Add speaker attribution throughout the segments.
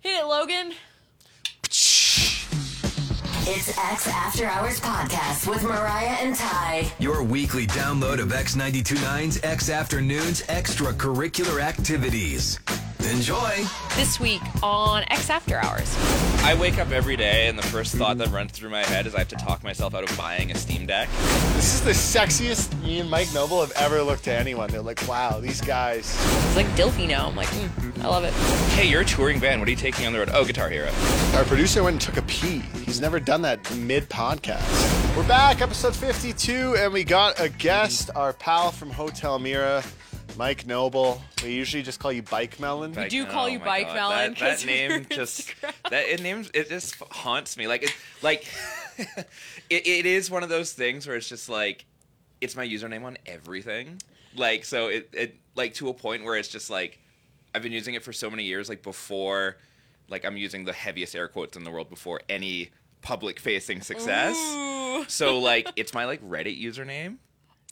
Speaker 1: Hit it, Logan.
Speaker 2: It's X After Hours Podcast with Mariah and Ty.
Speaker 3: Your weekly download of X929's X Afternoon's extracurricular activities. Enjoy!
Speaker 1: This week on X After Hours.
Speaker 4: I wake up every day, and the first thought that runs through my head is I have to talk myself out of buying a Steam Deck.
Speaker 5: This is the sexiest me and Mike Noble have ever looked to anyone. They're like, wow, these guys.
Speaker 1: It's like Dilfy now. I'm like, mm, I love it.
Speaker 4: Hey, you're a touring band. What are you taking on the road? Oh, Guitar Hero.
Speaker 5: Our producer went and took a pee. He's never done that mid podcast. We're back, episode 52, and we got a guest, our pal from Hotel Mira, Mike Noble. We usually just call you Bike Melon.
Speaker 4: Like, "Oh
Speaker 1: do call you
Speaker 4: my
Speaker 1: Bike Melon
Speaker 4: That, that
Speaker 1: 'cause you're
Speaker 4: name just that it names it just haunts me. Like it like it, it is one of those things where it's just like it's my username on everything. Like so it, it like to a point where it's just like I've been using it for so many years. Like before, like I'm using the heaviest air quotes in the world before any public facing success. So like it's my like Reddit username.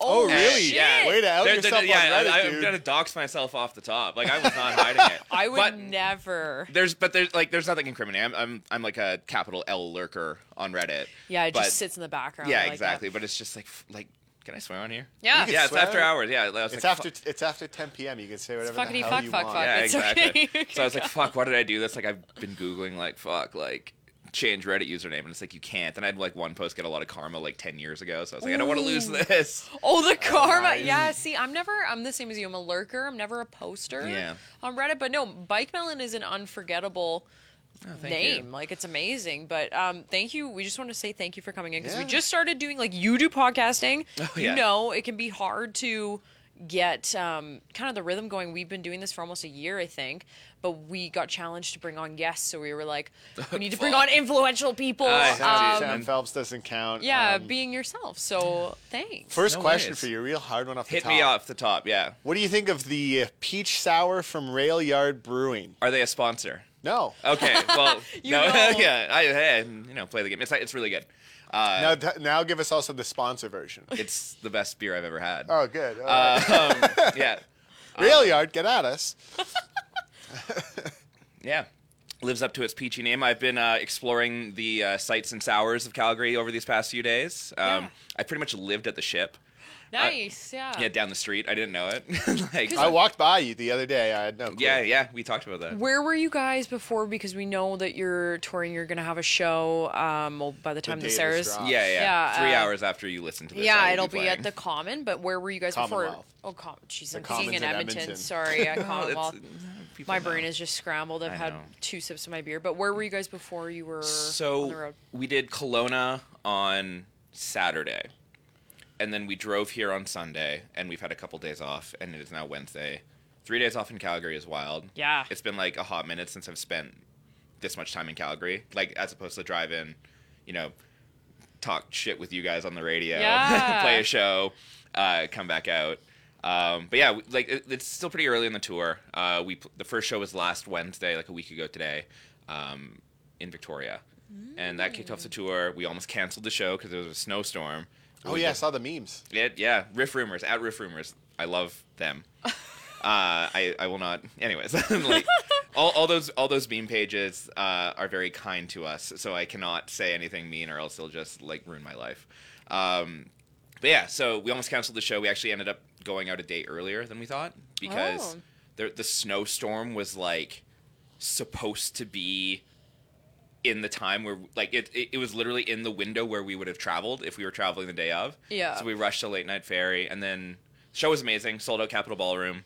Speaker 5: Oh, really?
Speaker 1: shit.
Speaker 4: Yeah.
Speaker 5: Way to out
Speaker 4: There-
Speaker 5: yourself
Speaker 4: there- yeah,
Speaker 5: on Reddit,
Speaker 4: I, am
Speaker 5: dude.
Speaker 4: gonna dox myself off the top. Like I was not hiding it.
Speaker 1: I would
Speaker 4: But
Speaker 1: never.
Speaker 4: there's, but there's like there's nothing incriminating. I'm, I'm, I'm like a capital L lurker on Reddit.
Speaker 1: Yeah, it just
Speaker 4: but-
Speaker 1: sits in the background. I
Speaker 4: Yeah,
Speaker 1: like that.
Speaker 4: exactly. But it's just like, f- like, can I swear on here?
Speaker 1: Yeah. You can
Speaker 4: Yeah, it's
Speaker 5: swear.
Speaker 4: after hours. Yeah, I was
Speaker 5: It's
Speaker 4: like,
Speaker 5: after
Speaker 4: fuck-
Speaker 5: it's after 10 p.m. You can say whatever
Speaker 1: fuckity
Speaker 5: the hell
Speaker 1: fuck,
Speaker 5: you
Speaker 1: fuck,
Speaker 5: want.
Speaker 1: fuck.
Speaker 4: Yeah,
Speaker 1: It's
Speaker 4: exactly.
Speaker 1: okay.
Speaker 4: So I was like, fuck, what did I do? That's like I've been googling like fuck, like change Reddit username, and it's like you can't. And I had like one post get a lot of karma like ten years ago, so I was like, I don't want to lose this.
Speaker 1: Oh, the karma. Yeah, see, I'm never, I'm the same as you. I'm a lurker. I'm never a poster
Speaker 4: Yeah.
Speaker 1: on Reddit. But no, Bike Melon is an unforgettable
Speaker 4: Oh, thank
Speaker 1: name.
Speaker 4: you.
Speaker 1: Like, it's amazing. But um, thank you. We just want to say thank you for coming in because we
Speaker 5: Yeah.
Speaker 1: just started doing, like, you do podcasting. You
Speaker 4: Oh, yeah.
Speaker 1: know, it can be hard to get um, kind of the rhythm going. We've been doing this for almost a year, I think. But we got challenged to bring on guests. So we were like, we need to bring on influential people.
Speaker 4: Aye.
Speaker 5: Sam,
Speaker 1: um,
Speaker 5: Sam Phelps doesn't count.
Speaker 1: yeah,
Speaker 5: Um,
Speaker 1: being yourself. So thanks.
Speaker 5: first
Speaker 4: No
Speaker 5: question
Speaker 4: worries.
Speaker 5: for you, real hard one off the
Speaker 4: Hit
Speaker 5: top.
Speaker 4: me off the top. Yeah.
Speaker 5: What do you think of the uh, peach sour from Rail Yard Brewing? Uh,
Speaker 4: Are they a sponsor?
Speaker 5: No.
Speaker 4: Okay. Well,
Speaker 1: You
Speaker 4: no.
Speaker 1: know.
Speaker 4: yeah. I, hey, you know, play the game. It's like, it's really good. Uh,
Speaker 5: Now, th- now give us also the sponsor version.
Speaker 4: It's the best beer I've ever had.
Speaker 5: Oh, good. All right.
Speaker 4: Uh, um, yeah.
Speaker 5: Rail Yard, get at us.
Speaker 4: Yeah. Lives up to its peachy name. I've been uh, exploring the uh, sights and sours of Calgary over these past few days. Um,
Speaker 1: Yeah. Uh.
Speaker 4: I pretty much lived at the ship.
Speaker 1: nice.
Speaker 4: Yeah, down the street. I didn't know it. like,
Speaker 5: I walked by you the other day. I had no
Speaker 4: Uh,
Speaker 5: clue.
Speaker 4: yeah, yeah. We talked about that.
Speaker 1: Where were you guys before? Because we know that you're touring. You're gonna have a show. Um, well, by the time
Speaker 5: day
Speaker 1: this
Speaker 5: this
Speaker 1: airs,
Speaker 5: drops.
Speaker 4: Yeah, yeah.
Speaker 1: Yeah,
Speaker 4: Three
Speaker 1: uh,
Speaker 4: hours after you listen to this. I
Speaker 1: yeah,
Speaker 4: will
Speaker 1: it'll
Speaker 4: be,
Speaker 1: be at
Speaker 4: playing.
Speaker 1: the Common. But where were you guys before?
Speaker 5: Commonwealth.
Speaker 1: Oh, Com- jeez, I'm
Speaker 5: Commons
Speaker 1: thinking in
Speaker 5: in
Speaker 1: Edmonton.
Speaker 5: Edmonton.
Speaker 1: Sorry, yeah,
Speaker 4: Oh, it's-
Speaker 1: Commonwealth.
Speaker 4: people
Speaker 1: My
Speaker 4: know.
Speaker 1: brain is just scrambled. I've
Speaker 4: I
Speaker 1: had
Speaker 4: know.
Speaker 1: two sips of my beer. But where were you guys before you were
Speaker 4: So
Speaker 1: on the road?
Speaker 4: we did Kelowna on Saturday, and then we drove here on Sunday, and we've had a couple days off, and it is now Wednesday. Three days off in Calgary is wild.
Speaker 1: Yeah.
Speaker 4: it's been like a hot minute since I've spent this much time in Calgary, like as opposed to drive in, you know, talk shit with you guys on the radio,
Speaker 1: Yeah.
Speaker 4: play a show, uh, come back out. Um, but yeah, we- like it, it's still pretty early in the tour. Uh, we pl- the first show was last Wednesday, like a week ago today, um, in Victoria, and that kicked off the tour. We almost canceled the show because there was a snowstorm.
Speaker 5: Oh, yeah, I saw the memes.
Speaker 4: It, yeah, Riff Rumors at Riff Rumors. I love them. uh, I I will not. Anyways, like all, all those all those meme pages uh, are very kind to us, so I cannot say anything mean, or else they'll just like ruin my life. Um, but yeah, so we almost canceled the show. We actually ended up going out a day earlier than we thought because
Speaker 1: Oh.
Speaker 4: the the snowstorm was like supposed to be in the time where like it, it it was literally in the window where we would have traveled if we were traveling the day of.
Speaker 1: Yeah.
Speaker 4: So we rushed to late night ferry and then the show was amazing, sold out Capitol Ballroom.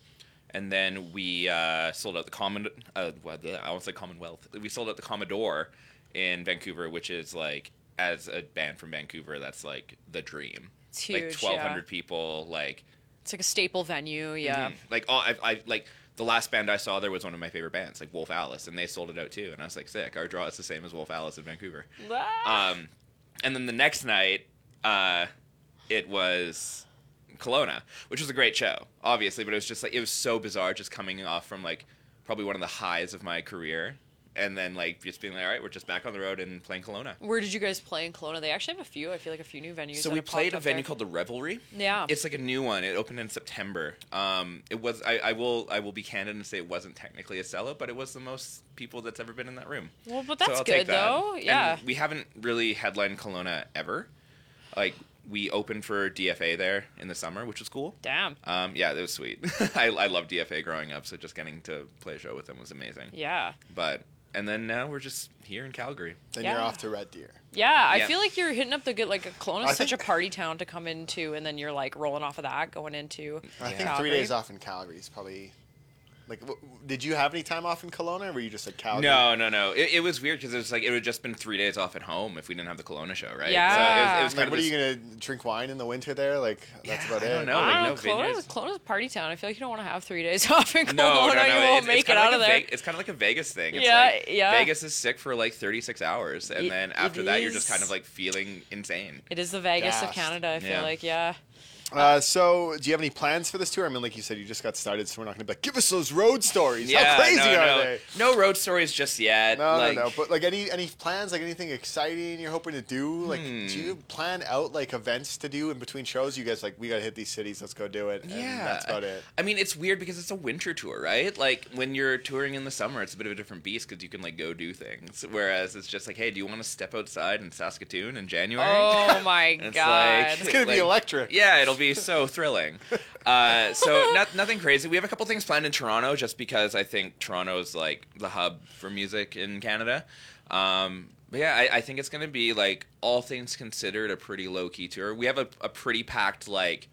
Speaker 4: And then we uh, sold out the common uh, what the- I almost said Commonwealth. We sold out the Commodore in Vancouver, which is like as a band from Vancouver, that's like the dream.
Speaker 1: It's
Speaker 4: like
Speaker 1: huge, yeah.
Speaker 4: 1200 people like
Speaker 1: It's like a staple venue. Yeah.
Speaker 4: Mm-hmm. like all I've, I've like the last band I saw there was one of my favorite bands, like Wolf Alice, and they sold it out too. And I was like, sick. Our draw is the same as Wolf Alice in Vancouver.
Speaker 1: Ah.
Speaker 4: Um, and then the next night, uh, it was Kelowna, which was a great show, obviously, but it was just like it was so bizarre, just coming off from like probably one of the highs of my career, and then like just being like, all right, we're just back on the road and playing Kelowna.
Speaker 1: Where did you guys play in Kelowna? They actually have a few. I feel like a few new venues.
Speaker 4: So
Speaker 1: that
Speaker 4: we
Speaker 1: have popped
Speaker 4: played a
Speaker 1: up there.
Speaker 4: venue called the Revelry.
Speaker 1: Yeah.
Speaker 4: it's like a new one. It opened in September. Um, it was I, I will I will be candid and say it wasn't technically a sellout, but it was the most people that's ever been in that room.
Speaker 1: Well, but
Speaker 4: So
Speaker 1: that's
Speaker 4: I'll
Speaker 1: good
Speaker 4: take that.
Speaker 1: though.
Speaker 4: And
Speaker 1: Yeah.
Speaker 4: we haven't really headlined Kelowna ever. Like we opened for DFA there in the summer, which was cool.
Speaker 1: Damn.
Speaker 4: Um, yeah, it was sweet. I I loved DFA growing up, so just getting to play a show with them was amazing.
Speaker 1: Yeah.
Speaker 4: But and then now we're just here in Calgary.
Speaker 5: Then you're
Speaker 1: Yeah.
Speaker 5: off to Red Deer.
Speaker 1: Yeah, I
Speaker 4: Yeah.
Speaker 1: feel like you're hitting up the good like Kelowna's
Speaker 5: I
Speaker 1: such
Speaker 5: think-
Speaker 1: a party town to come into, and then you're like rolling off of that, going into.
Speaker 5: I think
Speaker 1: Calgary.
Speaker 5: three days off in Calgary is probably. Like, w- w- did you have any time off in Kelowna, or were you just at Calgary?
Speaker 4: No, no, no. It, it was weird because it was like it would have just been three days off at home if we didn't have the Kelowna show, right? So it was,
Speaker 1: Yeah.
Speaker 4: it was kind
Speaker 5: Like,
Speaker 4: of
Speaker 5: what
Speaker 4: this-
Speaker 5: are you gonna drink wine in the winter there? Like, that's about
Speaker 4: I
Speaker 5: it.
Speaker 4: don't know.
Speaker 1: I
Speaker 4: like,
Speaker 1: don't know.
Speaker 4: no
Speaker 1: Kelowna's,
Speaker 4: venues.
Speaker 1: Kelowna's a party town. I feel like you don't want to have three days off in Kelowna.
Speaker 4: No, no, no.
Speaker 1: you
Speaker 4: it-
Speaker 1: won't
Speaker 4: it's,
Speaker 1: make it
Speaker 4: kinda
Speaker 1: out
Speaker 4: like
Speaker 1: of
Speaker 4: a
Speaker 1: there.
Speaker 4: Ve- it's kind of like a Vegas thing. It's
Speaker 1: Yeah,
Speaker 4: like,
Speaker 1: yeah.
Speaker 4: Vegas is sick for like 36 hours, and
Speaker 1: It-
Speaker 4: then
Speaker 1: it
Speaker 4: after that, you're just
Speaker 1: is.
Speaker 4: kind of like feeling insane.
Speaker 1: It is the Vegas of
Speaker 5: Gassed.
Speaker 1: Canada. I feel
Speaker 4: Yeah.
Speaker 1: like yeah.
Speaker 5: Uh, so, do you have any plans for this tour? I mean, like you said, you just got started, so we're not gonna be like, give us those road stories. How crazy
Speaker 4: no,
Speaker 5: are
Speaker 4: no.
Speaker 5: they?
Speaker 4: No road stories just yet.
Speaker 5: No,
Speaker 4: like,
Speaker 5: no, no. But like any any plans, like anything exciting you're hoping to do? Like, do
Speaker 4: Hmm.
Speaker 5: you plan out like events to do in between shows? You guys like, we gotta hit these cities. Let's go do it. And that's about it.
Speaker 4: I mean, it's weird because it's a winter tour, right? Like when you're touring in the summer, it's a bit of a different beast because you can like go do things. Whereas it's just like, hey, do you want to step outside in Saskatoon in January?
Speaker 1: Oh my
Speaker 4: It's
Speaker 1: god.
Speaker 4: like-
Speaker 5: It's gonna be
Speaker 4: Like-
Speaker 5: electric.
Speaker 4: Yeah, it'll be so thrilling. Uh, so not, nothing crazy. We have a couple things planned in Toronto, just because I think Toronto's like the hub for music in Canada. Um, but yeah, I, I think it's gonna be like all things considered a pretty low key tour. We have a, a pretty packed like.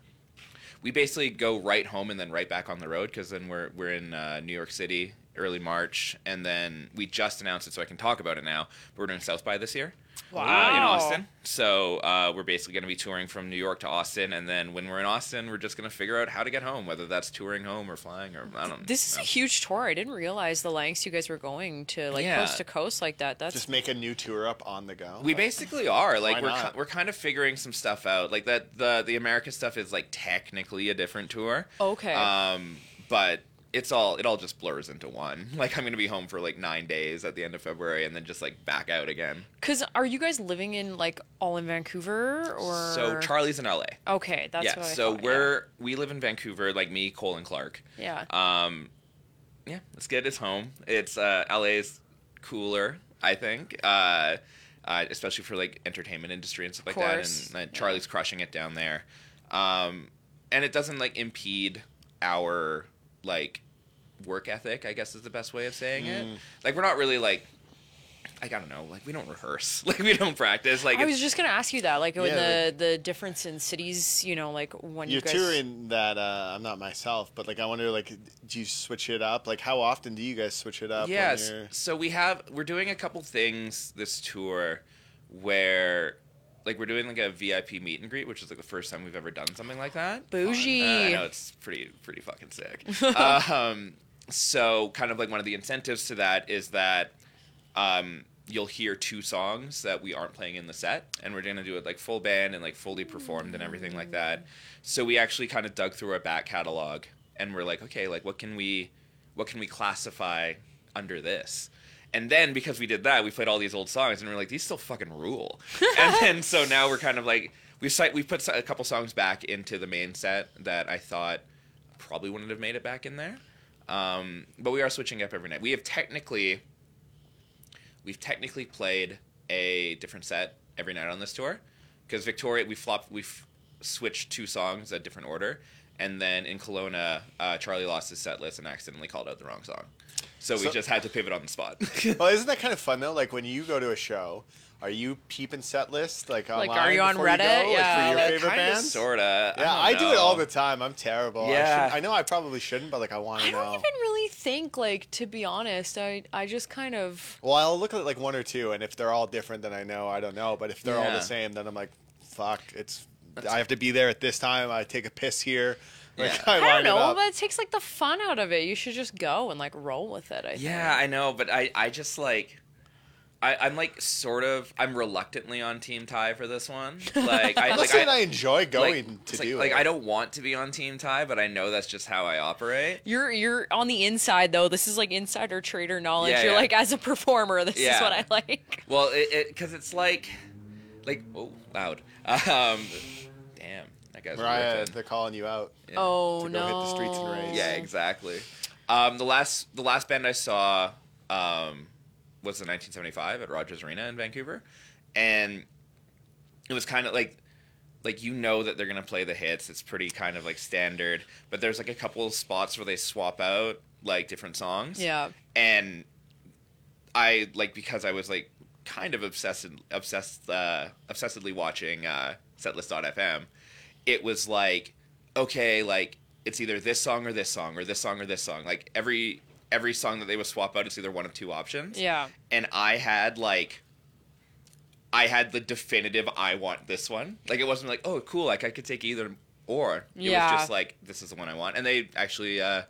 Speaker 4: We basically go right home and then right back on the road because then we're we're in uh, New York City early March and then we just announced it so I can talk about it now. But we're doing South by this year. Uh, in
Speaker 1: Wow.
Speaker 4: Austin. So uh, we're basically going to be touring from New York to Austin, and then when we're in Austin, we're just going to figure out how to get home, whether that's touring home or flying or I don't.
Speaker 1: This is a
Speaker 4: know.
Speaker 1: huge tour. I didn't realize the lengths you guys were going to, like
Speaker 4: Yeah.
Speaker 1: coast to coast, like that. That's
Speaker 5: Just make a new tour up on the go.
Speaker 4: We basically are
Speaker 5: Why
Speaker 4: like we're
Speaker 5: not?
Speaker 4: ki- we're kind of figuring some stuff out. Like that the the America stuff is like technically a different tour.
Speaker 1: Okay.
Speaker 4: Um, but it's all it all just blurs into one. Like I'm going to be home for like nine days at the end of February, and then just like back out again.
Speaker 1: because are you guys living in like all in Vancouver or?
Speaker 4: So Charlie's in LA.
Speaker 1: Okay, that's
Speaker 4: yeah.
Speaker 1: What I
Speaker 4: so
Speaker 1: thought,
Speaker 4: we're we live in Vancouver, like me, Cole, and Clark.
Speaker 1: yeah.
Speaker 4: Um, yeah, it's good. It's home. It's uh, LA's cooler, I think, uh, uh, especially for like entertainment industry and stuff like that.
Speaker 1: course.
Speaker 4: And uh, Charlie's crushing it down there, um, and it doesn't like impede our like work ethic. I guess is the best way of saying it. Like we're not really like. Like, I don't know. Like we don't rehearse. Like we don't practice. Like
Speaker 1: I
Speaker 4: it's-
Speaker 1: was just gonna ask you that, like with
Speaker 5: Yeah,
Speaker 1: the the difference in cities, you know, like when
Speaker 5: You're
Speaker 1: you guys
Speaker 5: touring that. Uh, I'm not myself, but like, I wonder, like, do you switch it up? Like, how often do you guys switch it up? when
Speaker 4: Yes.
Speaker 5: you're-
Speaker 4: So we have we're doing a couple things this tour where like we're doing like a VIP meet and greet, which is like the first time we've ever done something like that.
Speaker 1: Bougie.
Speaker 4: Uh, I know it's pretty pretty fucking sick. um, so kind of like one of the incentives to that is that um, you'll hear two songs that we aren't playing in the set, and we're gonna do it like full band and like fully performed and everything like that. So we actually kind of dug through our back catalog, and we're like, okay, like what can we, what can we classify under this? And then because we did that, we played all these old songs, and we're like, these still fucking rule. and then so now we're kind of like we've si- we put a couple songs back into the main set that I thought probably wouldn't have made it back in there. Um, but we are switching up every night. We have technically we've technically played a different set every night on this tour because Victoria we flopped we f- switched two songs a different order and then in Kelowna uh, Charlie lost his set list and accidentally called out the wrong song so, we
Speaker 5: So-
Speaker 4: just had to pivot on the spot
Speaker 5: Well, isn't that kind of fun though? Like when you go to a show, are you peeping set list like online?
Speaker 1: are you on
Speaker 5: before go?
Speaker 1: Reddit?
Speaker 5: Like,
Speaker 1: Yeah.
Speaker 5: for your
Speaker 1: Like,
Speaker 5: favorite bands?
Speaker 4: sorta
Speaker 5: Yeah, I, do it all the time. I'm terrible. I,
Speaker 4: Yeah.
Speaker 5: shouldn't- I know I probably shouldn't, but like I want
Speaker 1: I
Speaker 5: to
Speaker 1: don't
Speaker 5: know.
Speaker 1: even really think, like, to be honest, I I just kind of
Speaker 5: Well, I'll look at like one or two, and if they're all different, then I know I don't know. But if they're all
Speaker 4: Yeah.
Speaker 5: the same, then I'm like, fuck, it's. I have to be there at this time. I take a piss here. Like
Speaker 4: Yeah.
Speaker 5: I,
Speaker 1: I don't
Speaker 5: lined it
Speaker 1: know,
Speaker 5: up.
Speaker 1: but it takes like the fun out of it. You should just go and like roll with it. I think.
Speaker 4: Yeah, I know, but I, I just like, I, I'm like sort of, I'm reluctantly on Team Ty for this one. Like, I,
Speaker 5: I'm not
Speaker 4: like,
Speaker 5: saying I, enjoy
Speaker 4: like,
Speaker 5: going to
Speaker 4: it's like,
Speaker 5: do
Speaker 4: like
Speaker 5: it.
Speaker 4: I don't want to be on Team Ty, but I know that's just how I operate.
Speaker 1: You're you're on the inside though. This is like insider trader knowledge.
Speaker 4: Yeah,
Speaker 1: you're
Speaker 4: yeah.
Speaker 1: like as a performer, this is
Speaker 4: Yeah.
Speaker 1: what I like.
Speaker 4: Well, it because it's like, like oh, loud. Um, damn, that guy's
Speaker 5: Mariah,
Speaker 4: ripping.
Speaker 5: they're calling you out.
Speaker 1: Oh
Speaker 5: to go
Speaker 1: no.
Speaker 5: hit the streets and race.
Speaker 4: Yeah, exactly. Um, the last the last band I saw um, was the 1975 at Rogers Arena in Vancouver, and it was kind of like like you know that they're gonna play the hits. It's pretty kind of like standard, but there's like a couple of spots where they swap out like different songs.
Speaker 1: Yeah.
Speaker 4: and I like because I was like kind of obsessed obsessed uh, obsessedly watching uh, setlist.fm. It was like okay, like it's either this song or this song or this song or this song. Like every every song that they would swap out, it's either one of two options.
Speaker 1: Yeah.
Speaker 4: and I had like. I had the definitive I want this one. Like it wasn't like, oh cool, like I could take either or. It
Speaker 1: Yeah.
Speaker 4: was just like this is the one I want. And they actually uh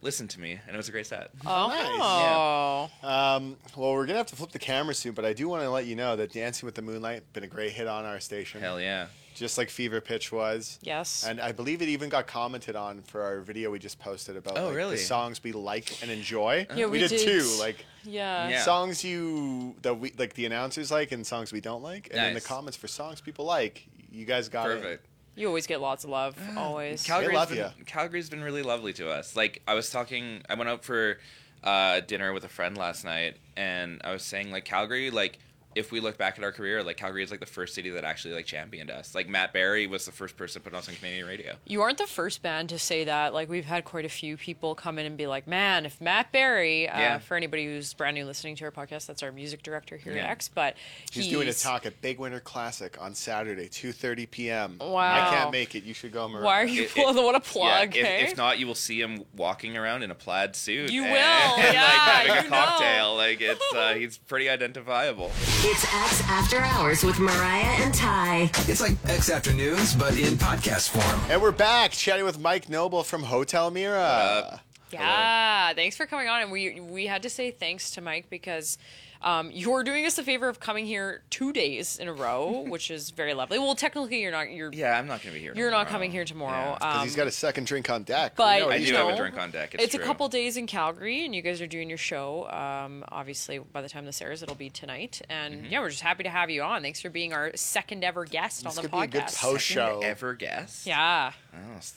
Speaker 4: listened to me and it was a great set.
Speaker 1: Oh.
Speaker 5: Um, well, we're gonna have to flip the camera soon, but I do want to let you know that "Dancing with the Moonlight" been a great hit on our station,
Speaker 4: Hell yeah.
Speaker 5: just like Fever Pitch was.
Speaker 1: Yes.
Speaker 5: And I believe it even got commented on for our video we just posted about
Speaker 4: Oh,
Speaker 5: like,
Speaker 4: really?
Speaker 5: the songs we like and enjoy.
Speaker 1: Yeah, we
Speaker 5: did,
Speaker 1: did.
Speaker 5: two, like
Speaker 1: Yeah.
Speaker 4: Yeah.
Speaker 5: songs you that we like the announcers like and songs we don't like, and then the
Speaker 4: Nice.
Speaker 5: comments for songs people like. You guys got it.
Speaker 4: Perfect.
Speaker 1: You always get lots of love. Always.
Speaker 4: Calgary's
Speaker 5: love
Speaker 4: been,
Speaker 5: ya.
Speaker 4: Calgary's been really lovely to us. Like I was talking, I went out for uh, dinner with a friend last night, and I was saying like Calgary, like if we look back at our career, like Calgary is like the first city that actually like championed us. Like Matt Barry was the first person put us on Canadian radio.
Speaker 1: You aren't the first band to say that. Like we've had quite a few people come in and be like, "Man, if Matt Berry, uh,
Speaker 4: Yeah.
Speaker 1: for anybody who's brand new listening to our podcast, that's our music director here at
Speaker 4: Yeah.
Speaker 1: X, but
Speaker 5: She's doing a talk at Big Winter Classic on Saturday, 2:30 p.m.
Speaker 1: Wow.
Speaker 5: I can't make it. You should go, Maria.
Speaker 1: Why are you
Speaker 4: It-
Speaker 1: pulling?
Speaker 4: it-
Speaker 1: what a
Speaker 4: Yeah,
Speaker 1: plug! eh?
Speaker 4: if, if not, you will see him walking around in a plaid suit.
Speaker 1: You
Speaker 4: and-
Speaker 1: will,
Speaker 4: and,
Speaker 1: yeah,
Speaker 4: like having
Speaker 1: you
Speaker 4: a
Speaker 1: know.
Speaker 4: cocktail. Like it's uh, he's pretty identifiable.
Speaker 2: It's X After Hours with Mariah and Ty.
Speaker 3: It's like X Afternoons, but in podcast form.
Speaker 5: And we're back chatting with Mike Noble from Hotel Mira.
Speaker 1: Yeah, thanks for coming on. And we we had to say thanks to Mike because um, you're doing us the favor of coming here two days in a row, which is very lovely. Well, technically, you're not. You're
Speaker 4: Yeah, I'm not gonna be here.
Speaker 1: you're not
Speaker 4: tomorrow.
Speaker 1: coming here tomorrow.
Speaker 4: Yeah.
Speaker 5: Because
Speaker 1: Um,
Speaker 5: he's got a second drink on deck. We
Speaker 1: but
Speaker 5: know
Speaker 4: I
Speaker 5: he's
Speaker 4: do
Speaker 1: you
Speaker 4: have
Speaker 1: know,
Speaker 4: a drink on deck. It's,
Speaker 1: it's a
Speaker 4: true.
Speaker 1: couple days in Calgary, and you guys are doing your show. Um, obviously, by the time this airs, it'll be tonight. And
Speaker 4: Mm-hmm.
Speaker 1: yeah, we're just happy to have you on. Thanks for being our second ever guest
Speaker 5: This
Speaker 1: on the
Speaker 5: could be a good
Speaker 1: podcast.
Speaker 5: post show.
Speaker 4: Ever guess?
Speaker 1: yeah.
Speaker 4: Oh, s-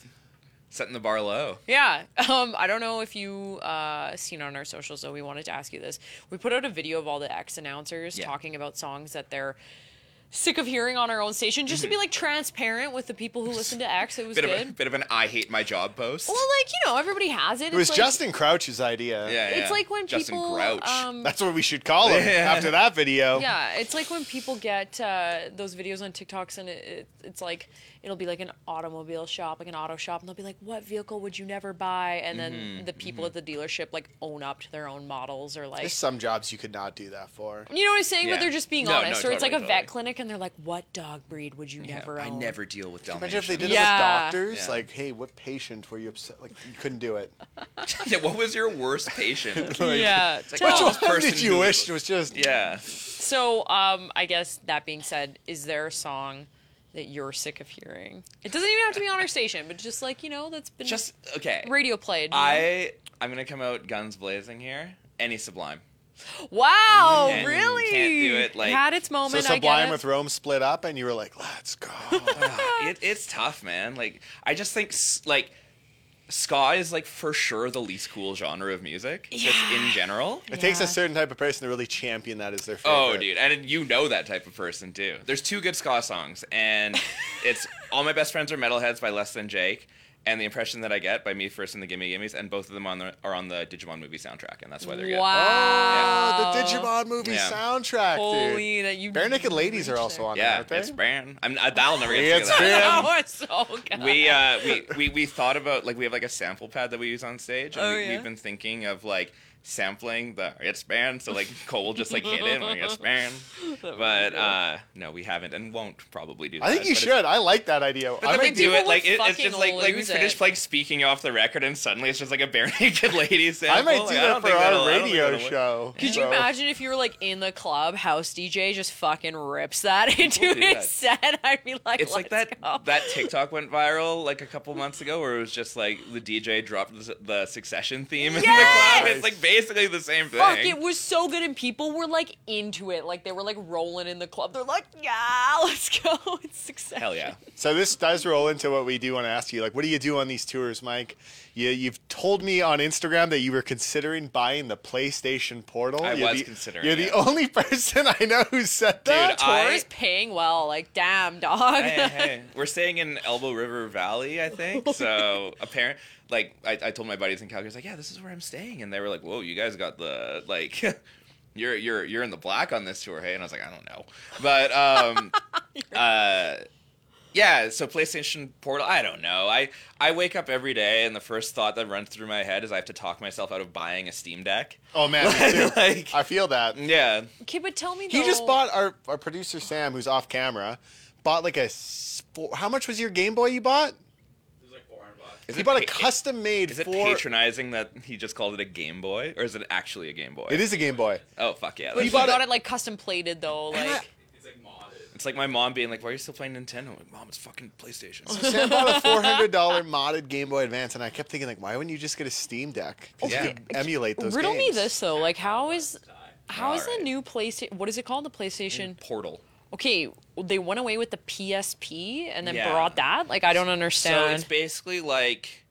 Speaker 4: setting the bar low.
Speaker 1: Yeah. Um, I don't know if you uh, seen on our socials, though. We wanted to ask you this. We put out a video of all the ex announcers
Speaker 4: Yeah.
Speaker 1: talking about songs that they're sick of hearing on our own station, just
Speaker 5: Mm-hmm.
Speaker 1: to be like transparent with the people who listen to X. It was
Speaker 4: Bit of,
Speaker 1: good.
Speaker 4: a, bit of an I hate my job post.
Speaker 1: well, like you know, everybody has it.
Speaker 5: It was
Speaker 1: it's
Speaker 5: Justin Crouch's idea.
Speaker 4: yeah,
Speaker 1: Like,
Speaker 4: yeah.
Speaker 1: It's like when
Speaker 4: Justin
Speaker 1: people.
Speaker 4: Grouch.
Speaker 1: Um,
Speaker 5: That's what we should call him after that video.
Speaker 1: yeah, it's like when people get uh, those videos on TikToks, and it, it, it's like it'll be like an automobile shop, like an auto shop, and they'll be like, "What vehicle would you never buy?" And then
Speaker 4: Mm-hmm,
Speaker 1: the people at the dealership like own up to their own models, or like
Speaker 5: There's some jobs you could not do that for.
Speaker 1: you know what I'm saying. But
Speaker 4: Yeah.
Speaker 1: they're just being
Speaker 4: No, no,
Speaker 1: honest, or it's like
Speaker 4: totally,
Speaker 1: a vet
Speaker 4: totally.
Speaker 1: clinic, and they're like, "What dog breed would you
Speaker 4: Yeah,
Speaker 1: never
Speaker 4: I
Speaker 1: own?"
Speaker 4: never deal with Dalmatians.
Speaker 5: Imagine if they did
Speaker 1: Yeah.
Speaker 5: it with doctors.
Speaker 4: Yeah.
Speaker 5: Like, hey, what patient were you upset? Like, you couldn't do it.
Speaker 4: yeah, what was your worst patient?
Speaker 1: Yeah.
Speaker 4: like, "Oh."
Speaker 1: tell-
Speaker 4: which one?
Speaker 5: What
Speaker 4: person
Speaker 5: did you
Speaker 4: who-
Speaker 5: wish was just
Speaker 4: yeah.
Speaker 1: So, um, I guess that being said, is there a song that you're sick of hearing? It doesn't even have to be on our station, but just like you know, that's been
Speaker 4: Just okay.
Speaker 1: radio played. you know?
Speaker 4: I I'm gonna come out guns blazing here. Any Sublime.
Speaker 1: wow,
Speaker 4: And
Speaker 1: really?
Speaker 4: can't do it, like-
Speaker 1: had its
Speaker 5: so
Speaker 1: moment. I
Speaker 5: Sublime
Speaker 1: get
Speaker 5: with
Speaker 1: it.
Speaker 5: Rome split up, and you were like, let's go.
Speaker 4: it, it's tough, man. Like I just think s- like ska is like for sure the least cool genre of music just in general.
Speaker 5: It takes
Speaker 1: Yeah.
Speaker 5: a certain type of person to really champion that as their favorite.
Speaker 4: Oh, dude, and you know that type of person too. There's two good ska songs, and it's "All My Best Friends Are Metalheads" by Less Than Jake, and "The Impression That I Get" by Me First and the Gimme Gimmes, and both of them on the, are on the Digimon movie soundtrack, and that's why they're good.
Speaker 1: Wow.
Speaker 5: Oh, the Digimon movie
Speaker 4: Yeah.
Speaker 5: soundtrack,
Speaker 4: Oh,
Speaker 5: dude.
Speaker 1: Holy, that you
Speaker 5: Bare Naked Ladies are also on there,
Speaker 4: Yeah,
Speaker 5: aren't they?
Speaker 4: it's Bran. I'm I- that'll never get
Speaker 5: It's
Speaker 4: sick of that.
Speaker 5: Bran.
Speaker 1: That was so good.
Speaker 4: We, uh, we we we thought about like we have like a sample pad that we use on stage, and
Speaker 1: Oh,
Speaker 4: we,
Speaker 1: yeah.
Speaker 4: we've been thinking of like sampling the it's banned, so like Cole will just like hit him like it's banned. But uh, no, we haven't and won't probably do that.
Speaker 5: I think you
Speaker 4: but it's-
Speaker 5: should. I like that idea. I
Speaker 4: But then
Speaker 5: might
Speaker 4: they do
Speaker 1: people
Speaker 4: it
Speaker 1: would
Speaker 4: like it, it's
Speaker 1: fucking
Speaker 4: just like like we
Speaker 1: lose
Speaker 4: finish
Speaker 1: it.
Speaker 4: like speaking off the record and suddenly it's just like a bare naked lady sample.
Speaker 5: I might
Speaker 4: Like,
Speaker 5: do
Speaker 4: don't
Speaker 5: that for
Speaker 4: think that'll-
Speaker 5: our
Speaker 4: I don't think
Speaker 5: radio
Speaker 4: that'll work.
Speaker 5: show.
Speaker 1: Could you
Speaker 5: so-
Speaker 1: imagine if you were like in the club, house DJ just fucking rips that into
Speaker 4: We'll do
Speaker 1: his set? I'd be like,
Speaker 4: It's like
Speaker 1: "Let's
Speaker 4: that
Speaker 1: go."
Speaker 4: that TikTok went viral like a couple months ago where it was just like the DJ dropped the, the Succession theme in the club.
Speaker 5: Yes!
Speaker 4: It's like basically the same thing.
Speaker 1: Fuck, it was so good, and people were like into it. Like they were like rolling in the club. They're like, yeah, let's go. It's success.
Speaker 4: Hell yeah.
Speaker 5: So this does roll into what we do want to ask you. Like, what do you do on these tours, Mike? You, you've told me on Instagram that you were considering buying the PlayStation Portal.
Speaker 4: I
Speaker 5: You're
Speaker 4: was
Speaker 5: the-
Speaker 4: considering
Speaker 5: You're the
Speaker 4: it.
Speaker 5: only person I know who said that.
Speaker 4: I-
Speaker 1: Tour is paying well. Like, damn, dog.
Speaker 4: hey, hey, we're staying in Elbow River Valley, I think. So apparent, like I, I told my buddies in Calgary, I was like, yeah, this is where I'm staying, and they were like, whoa, you guys got the like, you're you're you're in the black on this tour, hey, and I was like, I don't know, but um, uh. Yeah, so PlayStation Portal, I don't know. I, I wake up every day and the first thought that runs through my head is I have to talk myself out of buying a Steam Deck.
Speaker 5: oh man, me too.
Speaker 4: Like-
Speaker 5: I feel that.
Speaker 4: Yeah.
Speaker 1: Okay, but tell me.
Speaker 5: He
Speaker 1: though,
Speaker 5: just bought our our producer Sam, who's off camera, bought like a. s- Four, how much was your Game Boy you bought?
Speaker 4: Is
Speaker 5: he
Speaker 4: it
Speaker 5: bought a
Speaker 4: pa-
Speaker 5: custom made.
Speaker 4: Is it
Speaker 5: four,
Speaker 4: patronizing that he just called it a Game Boy? Or is it actually a Game Boy?
Speaker 5: It is a Game Boy.
Speaker 4: Oh fuck yeah!
Speaker 1: But he
Speaker 4: That's-
Speaker 1: bought, it like custom plated though. Like,
Speaker 4: It's like my mom being like, "Why are you still playing Nintendo?" I'm like, Mom, it's fucking PlayStation.
Speaker 5: Sam bought a four hundred dollar modded Game Boy Advance, and I kept thinking like, why wouldn't you just get a Steam Deck? 'Cause
Speaker 4: Yeah.
Speaker 5: you could emulate those.
Speaker 1: riddle
Speaker 5: games.
Speaker 1: me this though. Like, how is how is
Speaker 4: Alright.
Speaker 1: the new PlayStation? What is it called? The PlayStation.
Speaker 4: Portal.
Speaker 1: Okay, they went away with the PSP and then
Speaker 4: Yeah.
Speaker 1: brought that. Like, I don't
Speaker 4: So it's
Speaker 1: understand.
Speaker 4: basically like,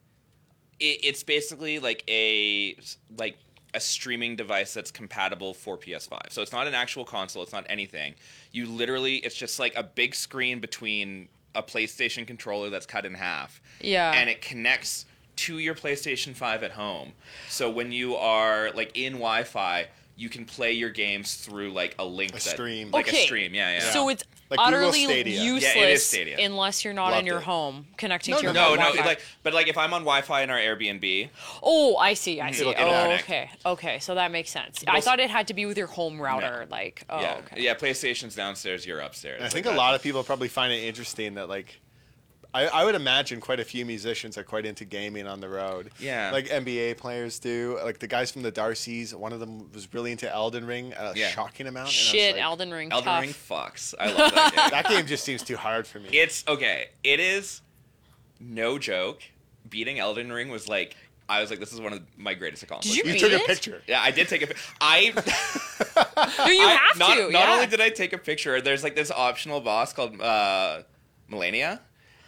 Speaker 4: it, it's basically like a like a streaming device that's compatible for PS5. So it's not an actual console. It's not anything. You literally, it's just like a big screen between a PlayStation controller that's cut in half.
Speaker 1: Yeah.
Speaker 4: And it connects to your PlayStation 5 at home. So when you are like in Wi-Fi, you can play your games through like a link that
Speaker 5: stream.
Speaker 4: like
Speaker 1: Okay.
Speaker 4: a stream. Yeah, yeah.
Speaker 1: So it's
Speaker 5: Like Google
Speaker 1: utterly
Speaker 5: Stadia. Yeah, it
Speaker 1: useless
Speaker 4: is Stadia.
Speaker 1: unless you're not
Speaker 5: Loved
Speaker 1: in your
Speaker 5: it.
Speaker 1: home connecting
Speaker 5: No,
Speaker 1: to your
Speaker 5: no,
Speaker 4: Oh, No,
Speaker 1: home
Speaker 4: no,
Speaker 1: Wi-Fi.
Speaker 4: like, but like if I'm on Wi-Fi in our Airbnb,
Speaker 1: oh, I see, I see.
Speaker 4: It'll get
Speaker 1: Oh,
Speaker 4: out.
Speaker 1: okay, okay, so that makes sense. I thought it had to be with your home router. Like, oh,
Speaker 4: yeah,
Speaker 1: okay.
Speaker 4: yeah, PlayStation's downstairs, you're upstairs.
Speaker 5: And I
Speaker 4: Like uh,
Speaker 5: think
Speaker 4: that.
Speaker 5: a lot of people probably find it interesting that like. I, I would imagine quite a few musicians are quite into gaming on the road.
Speaker 4: Yeah.
Speaker 5: Like NBA players do. Like the guys from the Darcys, one of them was really into Elden Ring a
Speaker 4: Yeah.
Speaker 5: shocking amount. and I was
Speaker 1: Shit,
Speaker 5: like,
Speaker 1: Elden Ring,
Speaker 4: Elden
Speaker 1: tough.
Speaker 4: Ring fucks. I love that game.
Speaker 5: That game just seems too hard for me.
Speaker 4: It's okay. It is no joke. Beating Elden Ring was like I was like this is one of my greatest accomplishments.
Speaker 1: you
Speaker 5: you
Speaker 1: beat
Speaker 5: took
Speaker 1: it?
Speaker 5: a picture.
Speaker 4: yeah, I did take a. pic- I
Speaker 1: No, you
Speaker 4: I-
Speaker 1: have
Speaker 4: not,
Speaker 1: to.
Speaker 4: Not
Speaker 1: yeah.
Speaker 4: only did I take a picture, there's like this optional boss called uh, Melania,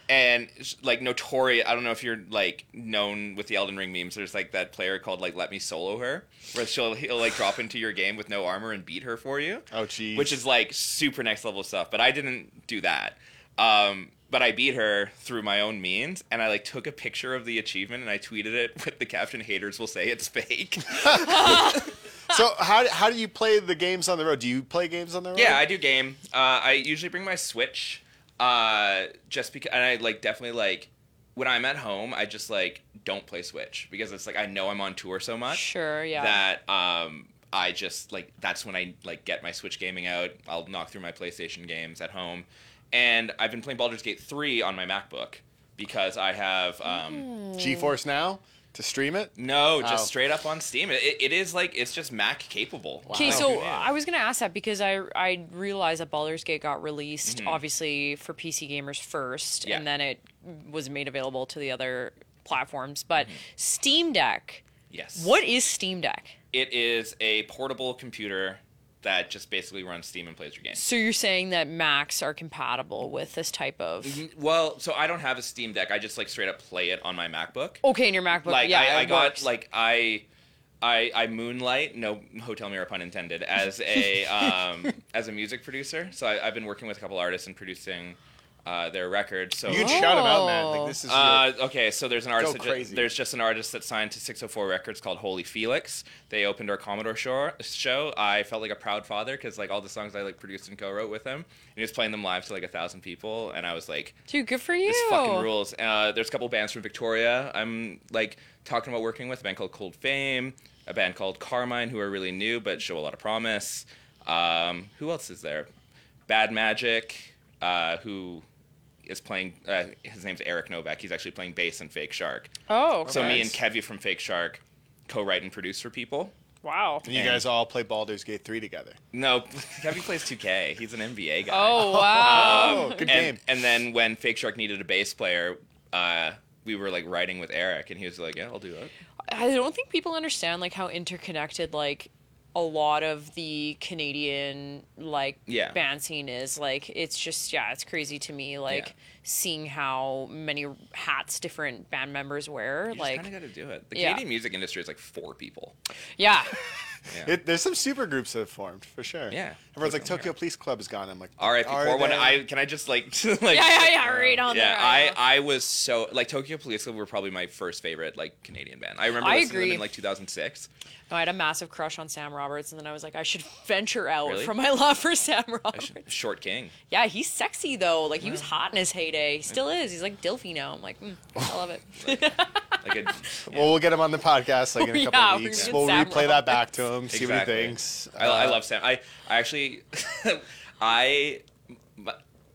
Speaker 4: and sh- like notorious. I don't know if you're like known with the Elden Ring memes. There's like that player called like Let Me Solo Her, where she'll he'll like drop into your game with no armor and beat her for you.
Speaker 5: Oh, jeez.
Speaker 4: Which is like super next level stuff. But I didn't do that. Um, but I beat her through my own means, and I like took a picture of the achievement and I tweeted it with the caption "Haters will say it's fake."
Speaker 5: So how, how do you play the games on the road? Do you play games on the road?
Speaker 4: Yeah, I do game. Uh, I usually bring my Switch, uh, just because, and I like definitely like when I'm at home, I just like don't play Switch because it's like I know I'm on tour so much.
Speaker 1: Sure, yeah.
Speaker 4: That um, I just like that's when I like get my Switch gaming out. I'll knock through my PlayStation games at home, and I've been playing Baldur's Gate three on my MacBook because I have um,
Speaker 1: Mm.
Speaker 5: GeForce Now to stream it.
Speaker 4: no, just
Speaker 5: Oh.
Speaker 4: straight up on Steam. It, it is like it's just Mac capable.
Speaker 1: Okay, so I was gonna ask that because I I realized that Baldur's Gate got released obviously for PC gamers first,
Speaker 4: Mm-hmm. Yeah.
Speaker 1: and then it was made available to the other platforms. But
Speaker 4: Mm-hmm.
Speaker 1: Steam Deck,
Speaker 4: yes.
Speaker 1: what is Steam Deck?
Speaker 4: It is a portable computer that just basically runs Steam and plays your game.
Speaker 1: So you're saying that Macs are compatible with this type of?
Speaker 4: Mm-hmm. Well, so I don't have a Steam Deck. I just like straight up play it on my MacBook.
Speaker 1: Okay, in your MacBook,
Speaker 4: like
Speaker 1: yeah,
Speaker 4: I, I
Speaker 1: it
Speaker 4: got
Speaker 1: works.
Speaker 4: like I. I, I moonlight no hotel mirror pun intended as a um, as a music producer so I, I've been working with a couple artists and producing uh, their records so
Speaker 5: You can shout them out, man.
Speaker 1: Oh.
Speaker 5: Like this is. your-
Speaker 4: uh, okay, so there's an artist. That ju-
Speaker 5: crazy.
Speaker 4: there's just an artist that signed to 604 Records called Holy Felix. They opened our Commodore show. show. I felt like a proud father because like all the songs I like produced and co-wrote with him, and he was playing them live to like a thousand people, and I was like,
Speaker 1: Dude, good for you.
Speaker 4: this fucking rules. Uh, there's a couple bands from Victoria. I'm like talking about working with a band called Cold Fame. a band called Carmine, who are really new but show a lot of promise. Um, who else is there? Bad Magic, uh, who is playing. Uh, his name's Eric Novak. He's actually playing bass in Fake Shark.
Speaker 1: Oh,
Speaker 4: So me
Speaker 1: okay.
Speaker 4: and Kevy from Fake Shark co-write and produce for people.
Speaker 1: wow.
Speaker 5: And you guys all play Baldur's Gate 3 together.
Speaker 4: No, Kevy plays 2K. He's an NBA guy.
Speaker 1: Oh wow.
Speaker 5: Oh,
Speaker 4: and,
Speaker 5: good game.
Speaker 4: and then when Fake Shark needed a bass player, uh, we were like writing with Eric, and he was like, "Yeah, I'll do that."
Speaker 1: I don't think people understand like how interconnected like a lot of the Canadian like
Speaker 4: Yeah.
Speaker 1: band scene is. Like it's just yeah, it's crazy to me like
Speaker 4: Yeah.
Speaker 1: seeing how many hats different band members wear.
Speaker 4: You
Speaker 1: like
Speaker 4: kind of got to do it. The
Speaker 1: yeah.
Speaker 4: Canadian music industry is like four people.
Speaker 1: yeah.
Speaker 5: It, there's some super groups that have formed, for sure.
Speaker 4: Yeah.
Speaker 5: Everyone's like,
Speaker 4: Tokyo
Speaker 5: Tokyo Police Club is gone. I'm like,
Speaker 4: RIP
Speaker 5: are
Speaker 4: four one.
Speaker 5: they?
Speaker 4: I can I just like like
Speaker 1: Yeah, yeah, yeah, right on
Speaker 4: yeah.
Speaker 1: there.
Speaker 4: I I was so like Tokyo Police Club were probably my first favorite like Canadian band. I remember
Speaker 1: I
Speaker 4: listening to them
Speaker 1: agree.
Speaker 4: in like 2006.
Speaker 1: No, I had a massive crush on Sam Roberts and then I was like I should venture out
Speaker 4: Really?
Speaker 1: from my love for Sam Roberts.
Speaker 4: Short King.
Speaker 1: Yeah, he's sexy though. Like he was hot in his heyday. He still is. He's like Dilfy now. I'm like, mm, I love it.
Speaker 4: Like a,
Speaker 5: Well, we'll get him on the podcast like in a
Speaker 1: Oh,
Speaker 5: couple
Speaker 1: yeah,
Speaker 5: of
Speaker 1: we're
Speaker 5: weeks.
Speaker 1: gonna
Speaker 5: We'll
Speaker 1: get
Speaker 5: replay
Speaker 1: Sam
Speaker 5: that back to him, see
Speaker 4: Exactly.
Speaker 5: what he thinks.
Speaker 4: I, I
Speaker 5: Uh,
Speaker 4: love Sam. I, I actually, I,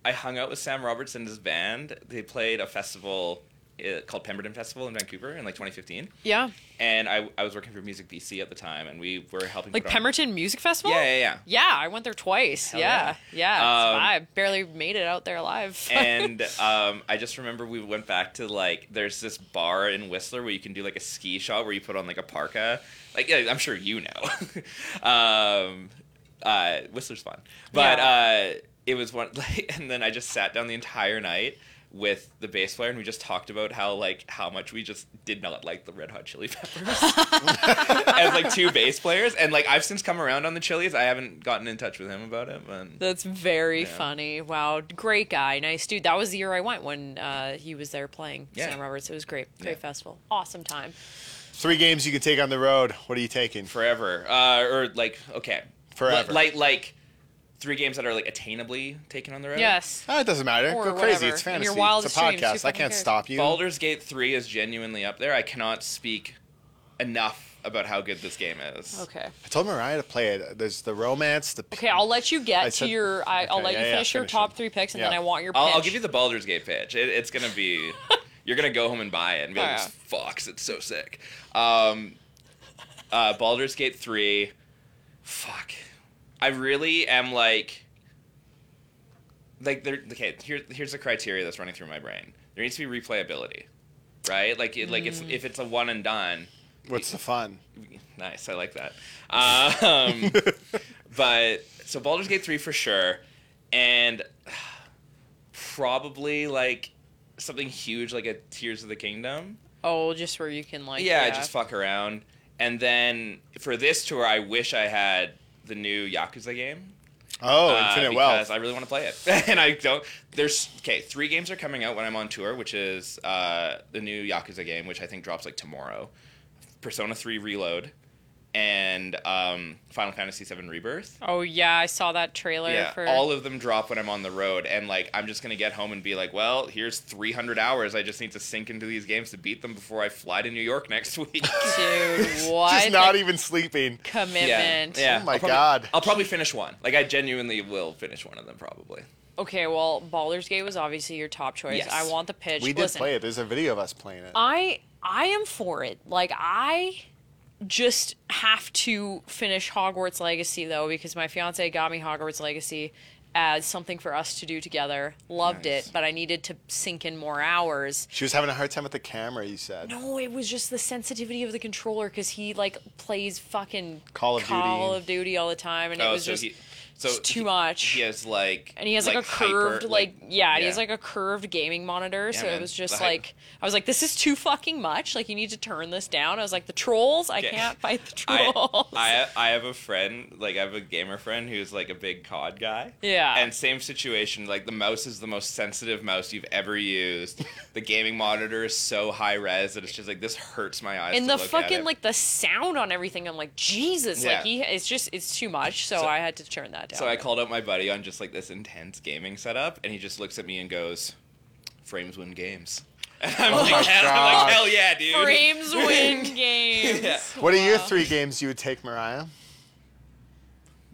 Speaker 4: I hung out with Sam Roberts and his band. They played a festival uh, called Pemberton Festival in Vancouver in like 2015.
Speaker 1: Yeah.
Speaker 4: And I, I was working for Music BC at the time, and we were helping.
Speaker 1: Like
Speaker 4: put on-
Speaker 1: Pemberton Music Festival?
Speaker 4: Yeah, yeah, yeah.
Speaker 1: Yeah, I went there twice.
Speaker 4: Hell
Speaker 1: yeah, yeah.
Speaker 4: Um,
Speaker 1: it's vibe. Barely made it out there alive.
Speaker 4: and um, I just remember we went back to like there's this bar in Whistler where you can do like a ski shot where you put on like a parka. Like yeah, I'm sure you know. um, uh, Whistler's fun, but uh, it was one. Like, and then I just sat down the entire night with the bass player and we just talked about how like how much we just did not like the red hot chili peppers as like two bass players and like i've since come around on the chilies i haven't gotten in touch with him about it but
Speaker 1: That's very
Speaker 4: Yeah.
Speaker 1: funny. Wow, great guy, nice dude. That was the year I went when uh, he was there playing
Speaker 4: Yeah.
Speaker 1: Sam Roberts. It was great, great
Speaker 4: Yeah.
Speaker 1: festival, awesome time.
Speaker 5: Three games you can take on the road. What are you taking?
Speaker 4: forever uh, or like okay
Speaker 5: Forever.
Speaker 4: Li- like like three games that are like attainably taken on the road
Speaker 1: Yes,
Speaker 5: Ah, it doesn't matter.
Speaker 1: Or
Speaker 5: Go crazy.
Speaker 1: whatever.
Speaker 5: It's
Speaker 1: In
Speaker 5: fantasy.
Speaker 1: your wildest
Speaker 5: It's a
Speaker 1: dreams, who
Speaker 5: podcast. I
Speaker 1: fucking
Speaker 5: can't
Speaker 1: cares?
Speaker 5: stop you.
Speaker 4: Baldur's Gate 3 is genuinely up there I cannot speak enough about how good this game is
Speaker 1: okay,
Speaker 5: I told Mariah to play it. There's the romance, the
Speaker 1: okay. I'll let you get
Speaker 5: I
Speaker 1: to
Speaker 5: said-
Speaker 1: your. I, I'll
Speaker 5: okay,
Speaker 1: let you
Speaker 5: yeah, yeah,
Speaker 1: finish your
Speaker 5: finish
Speaker 1: top
Speaker 5: it.
Speaker 1: three picks, and
Speaker 5: Yeah.
Speaker 1: then I want your.
Speaker 4: I'll, I'll
Speaker 1: pitch.
Speaker 4: give you the Baldur's Gate pitch it, it's gonna be you're gonna go home and buy it and be like
Speaker 1: Oh,
Speaker 4: this
Speaker 1: yeah.
Speaker 4: fucks it's so sick um uh Baldur's Gate 3 fuck I really am like like there okay here, here's the criteria that's running through my brain there needs to be replayability right like it, like it's
Speaker 1: Mm.
Speaker 4: if it's a one and done
Speaker 5: What's the fun?
Speaker 4: nice i like that um, but so Baldur's Gate 3 for sure and probably like something huge like a Tears of the Kingdom
Speaker 1: Oh, just where you can like.
Speaker 4: yeah, just fuck around. And then for this tour, I wish I had the new Yakuza game.
Speaker 5: Oh,
Speaker 4: uh,
Speaker 5: Infinite
Speaker 4: because
Speaker 5: Wealth.
Speaker 4: I really want to play it, and I don't. There's okay. Three games are coming out when I'm on tour, which is uh, the new Yakuza game, which I think drops like tomorrow. Persona Three Reload, and um, Final Fantasy VII Rebirth.
Speaker 1: Oh yeah, I saw that trailer
Speaker 4: Yeah,
Speaker 1: for.
Speaker 4: all of them drop when I'm on the road, and like I'm just gonna get home and be like, well, here's 300 hours. I just need to sink into these games to beat them before I fly to New York next week.
Speaker 1: Dude, what?
Speaker 5: Just not
Speaker 4: e-
Speaker 1: a
Speaker 5: even sleeping.
Speaker 1: commitment.
Speaker 5: Oh my
Speaker 4: I'll probably-
Speaker 5: God.
Speaker 4: I'll probably finish one. Like I genuinely will finish one of them probably.
Speaker 1: Okay, well, Baldur's Gate was obviously your top choice.
Speaker 4: Yes.
Speaker 1: I want the pitch.
Speaker 5: We did
Speaker 1: Listen,
Speaker 5: play it. There's a video of us playing
Speaker 4: Uh,
Speaker 5: it.
Speaker 1: I I am for it. Like I just have to finish Hogwarts Legacy though because my fiance got me Hogwarts Legacy as something for us to do together. Loved
Speaker 4: Nice.
Speaker 1: it, but I needed to sink in more hours.
Speaker 5: she was having a hard time with the camera, you said.
Speaker 1: No, it was just the sensitivity of the controller because he like plays fucking
Speaker 5: Call of Duty.
Speaker 1: of Duty all the time, and it was just
Speaker 4: Oh, so
Speaker 1: it's too
Speaker 4: he-
Speaker 1: much.
Speaker 4: He has like
Speaker 1: and he has like, a
Speaker 4: hyper-
Speaker 1: curved like, yeah, he has like a curved gaming monitor so
Speaker 4: man,
Speaker 1: it was just
Speaker 4: the hype.
Speaker 1: like i was like this is too fucking much like you need to turn this down i was like the trolls i
Speaker 4: Okay.
Speaker 1: can't fight the
Speaker 4: I,
Speaker 1: trolls
Speaker 4: I I have a friend like I have a gamer friend who's like a big COD guy.
Speaker 1: Yeah.
Speaker 4: And same situation like the mouse is the most sensitive mouse you've ever used. the gaming monitor is so high res that it's just like this hurts my eyes.
Speaker 1: and
Speaker 4: to
Speaker 1: the
Speaker 4: look at
Speaker 1: fucking
Speaker 4: it.
Speaker 1: like the sound on everything i'm like jesus
Speaker 4: Yeah.
Speaker 1: like he it's just it's too much so,
Speaker 4: So-
Speaker 1: i had to turn that down
Speaker 4: So I called up my buddy on just like this intense gaming setup, and he just looks at me and goes, "Frames win games." And I'm,
Speaker 1: Oh
Speaker 4: like, hell, I'm like,
Speaker 5: gosh.
Speaker 4: hell yeah, dude.
Speaker 1: Frames win games.
Speaker 4: Yeah.
Speaker 5: What are your three games you would take, Mariah?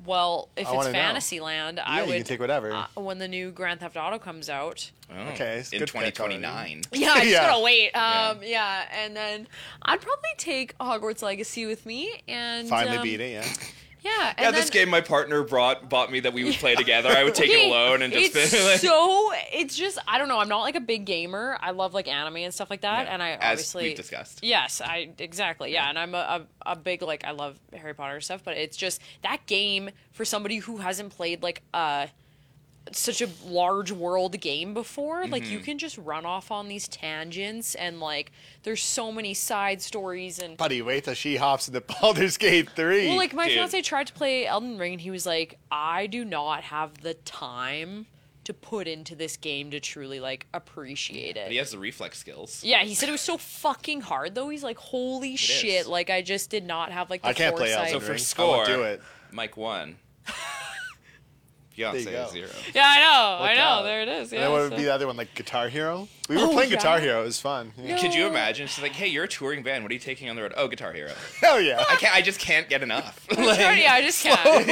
Speaker 1: Well, if
Speaker 5: I
Speaker 1: it's
Speaker 5: wanna know.
Speaker 1: Fantasyland, I
Speaker 5: Yeah,
Speaker 1: would
Speaker 5: you can take whatever.
Speaker 1: uh, when the new Grand Theft Auto comes out.
Speaker 4: Oh,
Speaker 5: Okay, it's
Speaker 4: in
Speaker 5: good pick
Speaker 4: 2029.
Speaker 1: Yeah, I just
Speaker 5: Yeah.
Speaker 1: gotta wait. Um, yeah. and then I'd probably take Hogwarts Legacy with me and
Speaker 5: Finally
Speaker 1: um,
Speaker 5: beat it, yeah.
Speaker 1: Yeah, and
Speaker 4: Yeah,
Speaker 1: then,
Speaker 4: this game my partner brought bought me that we would play together. I would take it
Speaker 1: Hey,
Speaker 4: alone and just
Speaker 1: it's
Speaker 4: like,
Speaker 1: so it's just I don't know. I'm not like a big gamer. I love like anime and stuff like that,
Speaker 4: Yeah,
Speaker 1: and I
Speaker 4: as
Speaker 1: obviously
Speaker 4: we've discussed.
Speaker 1: Yes, I exactly. Yeah, and I'm a, a a big like I love Harry Potter and stuff, but it's just that game for somebody who hasn't played like uh such a large world game before like you can just run off on these tangents and like there's so many side stories and
Speaker 5: Buddy, wait till she hops into Baldur's Gate 3.
Speaker 1: well, like my
Speaker 4: Dude.
Speaker 1: fiance tried to play Elden Ring, and he was like, "I do not have the time to put into this game to truly like appreciate
Speaker 4: But he
Speaker 1: it."
Speaker 4: has the reflex skills.
Speaker 1: Yeah, he said it was so fucking hard, though. He's like, "Holy shit!"
Speaker 4: is.
Speaker 1: Like I just did not have like the
Speaker 5: I can't play
Speaker 1: foresight.
Speaker 5: Elden
Speaker 4: So for
Speaker 5: Ring. I
Speaker 4: score-
Speaker 5: won't do it.
Speaker 4: Mike one.
Speaker 5: There you
Speaker 4: Beyonce
Speaker 5: go.
Speaker 4: is zero.
Speaker 1: Yeah, I know, I
Speaker 5: Look
Speaker 1: know.
Speaker 5: out.
Speaker 1: There it is.
Speaker 5: And
Speaker 1: Yeah.
Speaker 5: then what would
Speaker 1: so-
Speaker 5: be the other one? Like Guitar Hero? We were
Speaker 1: Oh,
Speaker 5: playing Guitar
Speaker 1: yeah.
Speaker 5: Hero. It was fun. Yeah.
Speaker 4: Could you imagine? She's like, hey, you're a touring band. What are you taking on the road? Oh, Guitar Hero.
Speaker 5: Hell yeah.
Speaker 4: I can't. I just can't get enough. Like,
Speaker 1: Sorry, I just can't.
Speaker 5: All right.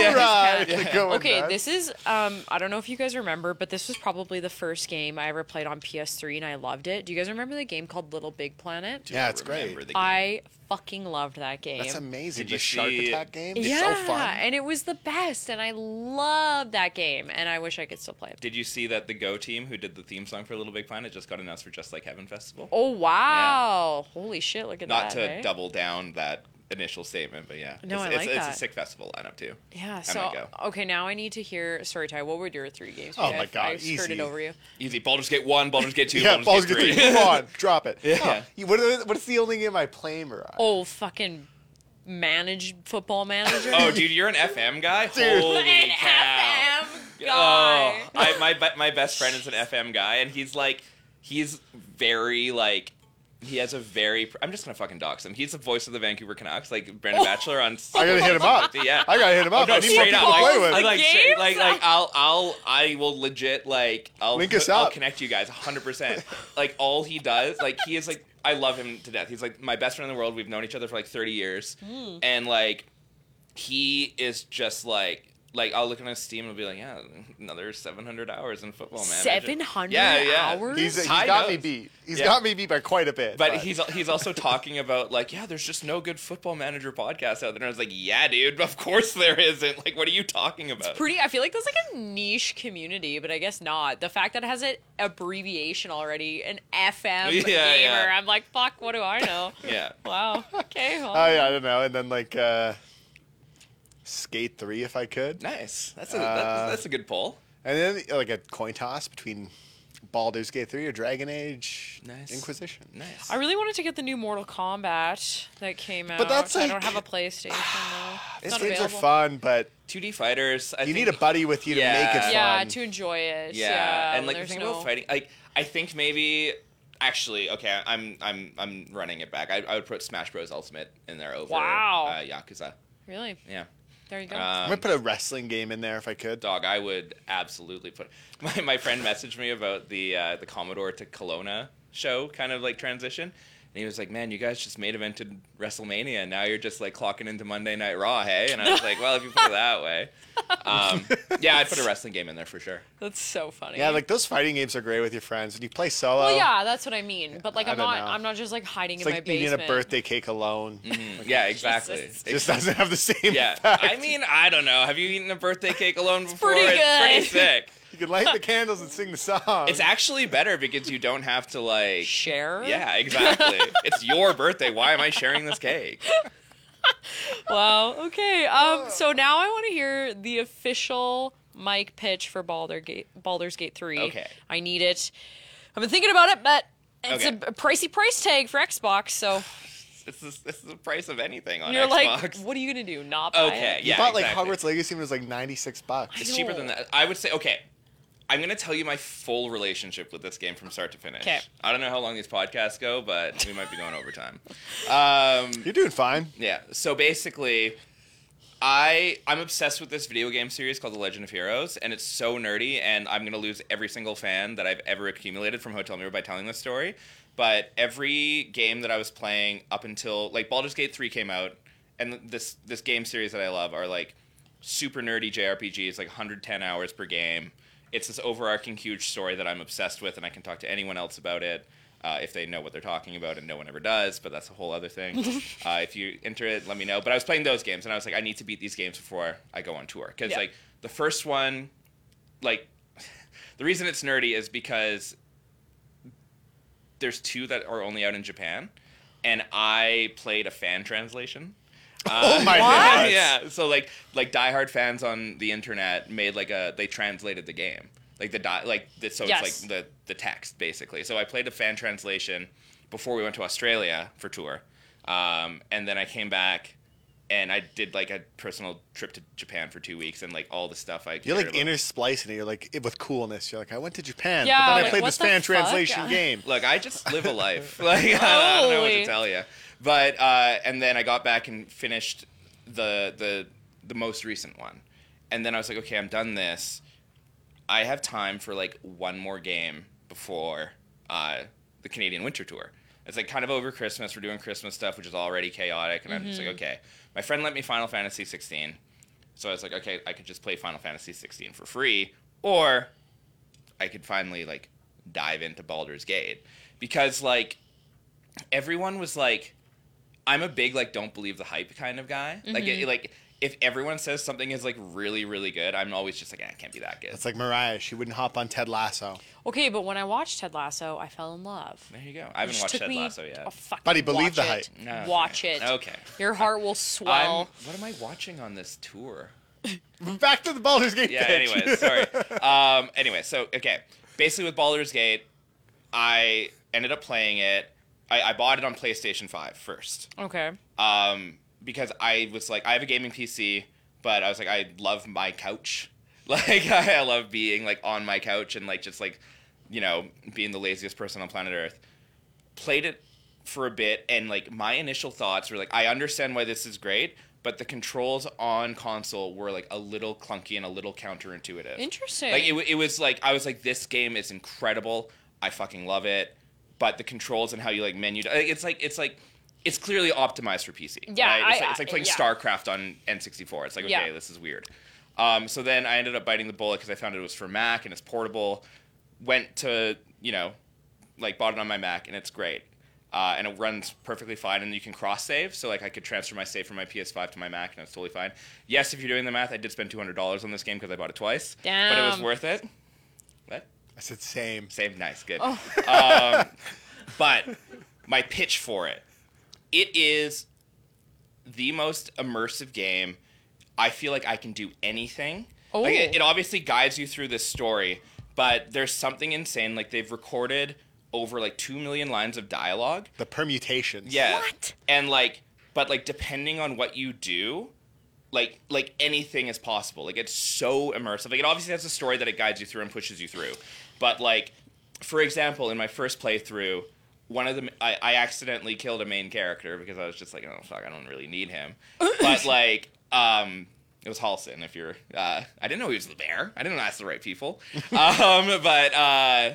Speaker 1: Yeah.
Speaker 5: Going
Speaker 1: Okay,
Speaker 5: nuts.
Speaker 1: this is um I don't know if you guys remember, but this was probably the first game I ever played on PS3 and I loved it. Do you guys remember the game called Little Big Planet?
Speaker 5: Yeah, it's
Speaker 4: remember
Speaker 5: great.
Speaker 4: the game.
Speaker 1: I fucking loved that game.
Speaker 5: That's amazing.
Speaker 4: Did
Speaker 5: The
Speaker 4: you
Speaker 5: Shark
Speaker 4: see-
Speaker 5: Attack game? It's
Speaker 1: Yeah,
Speaker 5: so fun.
Speaker 1: and it was the best, and I loved that game, and I wish I could still play it.
Speaker 4: Did you see that the Go team, who did the theme song for Little Big Planet, just got announced for Just Like Heaven Festival?
Speaker 1: Oh wow! Holy shit! Look at
Speaker 4: Not
Speaker 1: that.
Speaker 4: to
Speaker 1: eh?
Speaker 4: double down that initial statement, but yeah,
Speaker 1: No,
Speaker 4: it's,
Speaker 1: I
Speaker 4: it's,
Speaker 1: like
Speaker 4: it's a
Speaker 1: that.
Speaker 4: sick festival lineup too.
Speaker 1: Yeah.
Speaker 4: I'm
Speaker 1: So
Speaker 4: gonna go.
Speaker 1: okay, now I need to hear. Sorry, Ty. What were your three games?
Speaker 5: Oh
Speaker 1: Okay,
Speaker 5: my
Speaker 1: I-
Speaker 5: God,
Speaker 1: I skirted
Speaker 5: easy.
Speaker 1: over you.
Speaker 4: Easy. Baldur's Gate one, Baldur's Gate two,
Speaker 5: Yeah,
Speaker 4: Baldur's,
Speaker 5: Baldur's Gate
Speaker 4: Gate
Speaker 5: 3.
Speaker 4: three.
Speaker 5: Come on, drop it.
Speaker 4: Yeah.
Speaker 5: Huh. You- What are the- what's the only game I play, Mariah?
Speaker 1: Oh fucking managed football manager.
Speaker 4: oh, dude, you're an FM guy. Holy
Speaker 1: An
Speaker 4: cow!
Speaker 1: FM guy.
Speaker 4: Oh, I, my be- my best friend is an FM guy, and he's like, he's very like. He has a very. pr- I'm just gonna fucking dox him. He's the voice of the Vancouver Canucks, like Brandon Bachelor on.
Speaker 5: I gotta hit him up.
Speaker 4: Yeah.
Speaker 5: I gotta hit him up.
Speaker 4: no,
Speaker 5: I need more
Speaker 4: straight
Speaker 5: people
Speaker 4: up,
Speaker 5: to
Speaker 4: like,
Speaker 5: play
Speaker 4: I
Speaker 5: with.
Speaker 4: like,
Speaker 1: The
Speaker 4: straight,
Speaker 1: games?
Speaker 4: like, like, I'll, I'll, I will legit, like, I'll,
Speaker 5: Link us
Speaker 4: I'll
Speaker 5: up.
Speaker 4: connect you guys 100%. like, all he does, like, he is, like, I love him to death. He's, like, my best friend in the world. We've known each other for, like, 30 years.
Speaker 1: Hmm.
Speaker 4: And, like, he is just, like, like I'll look on his Steam and be like, yeah, another 700 hours in football, man. I just-
Speaker 1: 700
Speaker 4: yeah, yeah.
Speaker 1: hours?
Speaker 5: He's, he's
Speaker 4: Ty
Speaker 5: got me
Speaker 4: knows.
Speaker 5: beat. He's
Speaker 4: Yeah.
Speaker 5: got me beat by quite a bit.
Speaker 4: But he's he's also talking about like yeah, there's just no good football manager podcast out there. And I was like, yeah, dude, of course there isn't. Like, what are you talking about?
Speaker 1: Pretty. I feel like that's like a niche community, but I guess not. The fact that it has an abbreviation already, an FM
Speaker 4: Yeah,
Speaker 1: gamer.
Speaker 4: yeah.
Speaker 1: I'm like, fuck. What do I know?
Speaker 4: yeah.
Speaker 1: Wow. Okay. Well,
Speaker 5: Oh yeah, I don't know. And then like uh, Skate Three, if I could,
Speaker 4: Nice. That's a
Speaker 5: Uh,
Speaker 4: that's, that's a good poll.
Speaker 5: and then uh, like a coin toss between Baldur's Gate Three or Dragon Age
Speaker 4: Nice.
Speaker 5: Inquisition.
Speaker 4: Nice.
Speaker 1: I really wanted to get the new Mortal Kombat that came out.
Speaker 5: that's
Speaker 1: I don't
Speaker 5: like-
Speaker 1: have a PlayStation though. It's
Speaker 5: These
Speaker 1: not
Speaker 5: games are
Speaker 1: available.
Speaker 5: fun, but
Speaker 4: 2D fighters. I
Speaker 5: you
Speaker 4: think,
Speaker 5: need a buddy with you
Speaker 4: Yeah.
Speaker 5: to make it
Speaker 1: Yeah,
Speaker 5: fun.
Speaker 1: to enjoy it.
Speaker 4: Yeah.
Speaker 1: Yeah,
Speaker 4: and like the
Speaker 1: there's
Speaker 4: thing
Speaker 1: no...
Speaker 4: about fighting, like I think maybe actually, okay, I'm I'm I'm running it back. I, I would put Smash Bros Ultimate in there over
Speaker 1: Wow.
Speaker 4: uh, Yakuza.
Speaker 1: Really?
Speaker 4: Yeah.
Speaker 1: There you go.
Speaker 5: I'm
Speaker 4: Um,
Speaker 5: gonna put a wrestling game in there if I could.
Speaker 4: dog, I would absolutely put. My, my friend messaged me about the uh, the Commodore to Kelowna show kind of like transition. And he was like, "Man, you guys just main evented WrestleMania, and now you're just like clocking into Monday Night Raw, hey?" And I was like, "Well, if you put it that way, um, yeah, I'd put a wrestling game in there for sure."
Speaker 1: that's so funny.
Speaker 5: Yeah, like those fighting games are great with your friends. When you play solo,
Speaker 1: Well, yeah, that's what I mean. But like,
Speaker 5: I
Speaker 1: I'm
Speaker 5: don't
Speaker 1: not.
Speaker 5: know.
Speaker 1: I'm not just like hiding
Speaker 5: it's
Speaker 1: in
Speaker 5: like
Speaker 1: my
Speaker 5: eating
Speaker 1: basement.
Speaker 5: a birthday cake alone.
Speaker 4: Yeah, exactly.
Speaker 1: Mm-hmm. Jesus.
Speaker 5: It just doesn't have the same
Speaker 4: Mm-hmm. yeah,
Speaker 5: effect.
Speaker 4: I mean, I don't know. Have you eaten a birthday cake alone before?
Speaker 1: pretty
Speaker 4: It's
Speaker 1: good.
Speaker 4: pretty sick.
Speaker 5: you can light the candles and sing the song.
Speaker 4: It's actually better because you don't have to like.
Speaker 1: Share.
Speaker 4: Yeah, exactly. it's your birthday. Why am I sharing this cake?
Speaker 1: Wow. Okay. Um. So now I want to hear the official mic pitch for Baldur Gate, Baldur's Gate Three.
Speaker 4: Okay.
Speaker 1: I need it. I've been thinking about it, but it's
Speaker 4: Okay.
Speaker 1: a, a pricey price tag for Xbox. So
Speaker 4: This is this is the price of anything on
Speaker 1: you're
Speaker 4: Xbox.
Speaker 1: like, what are you gonna do? Not buy
Speaker 4: okay,
Speaker 1: it?
Speaker 4: yeah,
Speaker 5: I bought
Speaker 4: exactly.
Speaker 5: like Hogwarts Legacy and it was like ninety six bucks.
Speaker 4: It's cheaper than that. I would say okay. I'm gonna tell you my full relationship with this game from start to finish.
Speaker 1: 'Kay.
Speaker 4: I don't know how long these podcasts go, but we might be going overtime. Um,
Speaker 5: You're doing fine.
Speaker 4: yeah. So basically, I I'm obsessed with this video game series called The Legend of Heroes, and it's so nerdy, and I'm gonna lose every single fan that I've ever accumulated from Hotel Mirror by telling this story. But every game that I was playing up until like Baldur's Gate 3 came out, and this this game series that I love are like super nerdy JRPGs, like 110 hours per game. It's this overarching huge story that I'm obsessed with, and I can talk to anyone else about it uh, if they know what they're talking about, and no one ever does. But that's a whole other thing. uh, if you enter it, let me know. But I was playing those games, and I was like, I need to beat these games before I go on tour because
Speaker 1: Yeah.
Speaker 4: like the first one, like the reason it's nerdy is because there's two that are only out in Japan, and I played a fan translation.
Speaker 5: oh my god.
Speaker 4: yeah. So like like diehard fans on the internet made like a they translated the game like the di- like the, so
Speaker 1: Yes.
Speaker 4: it's like the the text basically. So I played a fan translation before we went to Australia for tour, um, and then I came back. And I did like a personal trip to Japan for two weeks, and like all the stuff I
Speaker 5: You're
Speaker 4: cared
Speaker 5: like
Speaker 4: about.
Speaker 5: intersplicing it. You're like it- with coolness. You're like I went to Japan,
Speaker 1: Yeah,
Speaker 5: but then I
Speaker 1: like,
Speaker 5: played
Speaker 1: what
Speaker 5: this
Speaker 1: the
Speaker 5: fan
Speaker 1: fuck?
Speaker 5: translation
Speaker 1: Yeah.
Speaker 5: game.
Speaker 4: Look, I just live a life. Like I don't know what to
Speaker 1: Holy.
Speaker 4: tell you. But uh, and then I got back and finished the the the most recent one, and then I was like, okay, I'm done this. I have time for like one more game before uh, the Canadian Winter Tour. It's like kind of over Christmas. We're doing Christmas stuff, which is already chaotic, and I'm just like, okay. My friend lent me Final Fantasy 16, so I was like, okay, I could just play Final Fantasy 16 for free, or I could finally like dive into Baldur's Gate because like everyone was like I'm a big like don't believe the hype kind of guy. Like it, like if everyone says something is like really really good, I'm always just like "Ah, it can't be that good.
Speaker 5: It's like Mariah. She wouldn't hop on Ted Lasso.
Speaker 1: Okay, but when I watched Ted Lasso, I fell in love.
Speaker 4: there you go. I haven't
Speaker 1: Just
Speaker 4: watched
Speaker 1: took
Speaker 4: Ted
Speaker 1: me
Speaker 4: Lasso yet.
Speaker 1: a fucking
Speaker 5: Buddy, believe
Speaker 1: watch
Speaker 5: the
Speaker 1: it.
Speaker 5: hype.
Speaker 4: No, okay.
Speaker 1: Watch it.
Speaker 4: Okay.
Speaker 1: Your heart will
Speaker 4: I'm-
Speaker 1: swell.
Speaker 4: what am I watching on this tour?
Speaker 5: Back to the Baldur's Gate.
Speaker 4: Yeah.
Speaker 5: pitch.
Speaker 4: Anyway, sorry. Um. Anyway, so okay. Basically, with Baldur's Gate, I ended up playing it. I, I bought it on PlayStation 5 first.
Speaker 1: okay.
Speaker 4: um, because I was like, I have a gaming PC, but I was like, I love my couch. Like, I love being like on my couch and like just like, you know, being the laziest person on planet Earth. Played it for a bit, and like my initial thoughts were like, I understand why this is great, but the controls on console were like a little clunky and a little counterintuitive.
Speaker 1: Interesting.
Speaker 4: Like it, wa- it was like I was like, this game is incredible. I fucking love it. But the controls and how you like menu, like, it's like it's like it's clearly optimized for PC.
Speaker 1: Yeah,
Speaker 4: right? it's,
Speaker 1: I-
Speaker 4: like, it's like
Speaker 1: I-
Speaker 4: playing
Speaker 1: yeah.
Speaker 4: StarCraft on N64. It's like okay,
Speaker 1: Yeah.
Speaker 4: this is weird. Um, so then I ended up biting the bullet because I found it was for Mac and it's portable. Went to you know, like bought it on my Mac and it's great. Uh, and it runs perfectly fine, and you can cross save. So like I could transfer my save from my PS5 to my Mac, and it's totally fine. Yes, if you're doing the math, I did spend two hundred dollars on this game because I bought it twice, but it was
Speaker 1: Damn.
Speaker 4: worth it. What?
Speaker 5: I said same.
Speaker 4: Same, nice, good. Um, but my pitch for it it is the most immersive game. I feel like I can do anything. Like, it,
Speaker 1: Oh.
Speaker 4: it obviously guides you through this story, but there's something insane. Like they've recorded over like two million lines of dialogue.
Speaker 5: The permutations.
Speaker 4: Yeah.
Speaker 1: What?
Speaker 4: And like, but like, depending on what you do, like, like anything is possible. Like, it's so immersive. Like, it obviously has a story that it guides you through and pushes you through. But like, for example, in my first playthrough, one of them, I, I accidentally killed a main character because I was just like, oh fuck, I don't really need him. but like, um. It was Halson. If you're, uh, I didn't know he was there. I didn't ask the right people. um, but uh,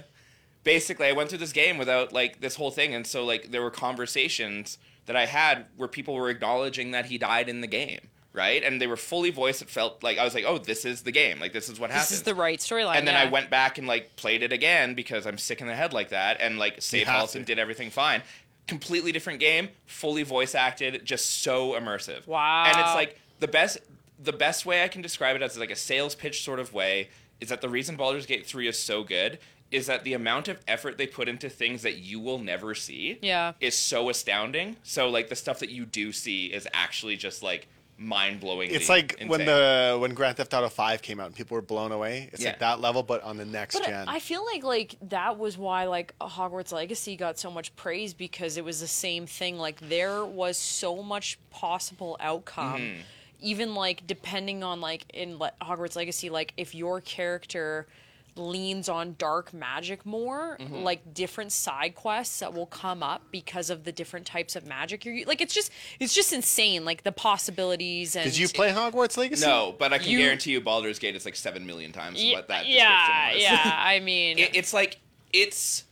Speaker 4: basically I went through this game without like this whole thing, and so like there were conversations that I had where people were acknowledging that he died in the game, right? And they were fully voiced. It felt like I was like, oh, this is the game. Like this is what happens.
Speaker 1: This is the right storyline.
Speaker 4: And then I
Speaker 1: yeah.
Speaker 4: went back and like played it again because I'm sick in the head like that, and like save
Speaker 5: have
Speaker 4: house and
Speaker 5: to.
Speaker 4: did everything fine. Completely different game, fully voice acted, just so immersive.
Speaker 1: Wow.
Speaker 4: And it's like the best the best way I can describe it as like a sales pitch sort of way is that the reason Baldur's Gate 3 is so good is that the amount of effort they put into things that you will never see
Speaker 1: Yeah.
Speaker 4: is so astounding. So like the stuff that you do see is actually just like mind blowing.
Speaker 5: It's like when the when Grand Theft Auto Five came out and people were blown away. It's like
Speaker 4: Yeah.
Speaker 5: that level, but on the next
Speaker 1: But I-
Speaker 5: gen.
Speaker 1: I feel like like that was why like Hogwarts Legacy got so much praise because it was the same thing. Like there was so much possible outcome.
Speaker 4: Mm-hmm.
Speaker 1: Even like depending on like in Le- Hogwarts Legacy, like if your character leans on dark magic more,
Speaker 4: Mm-hmm.
Speaker 1: like different side quests that will come up because of the different types of magic you're u- like. It's just it's just insane, like the possibilities. And
Speaker 5: Did you play Hogwarts Legacy?
Speaker 4: No, but I can
Speaker 1: You-
Speaker 4: guarantee you Baldur's Gate is like seven million times
Speaker 1: Yeah,
Speaker 4: what that
Speaker 1: yeah,
Speaker 4: description was.
Speaker 1: yeah. I mean,
Speaker 4: it, it's like it's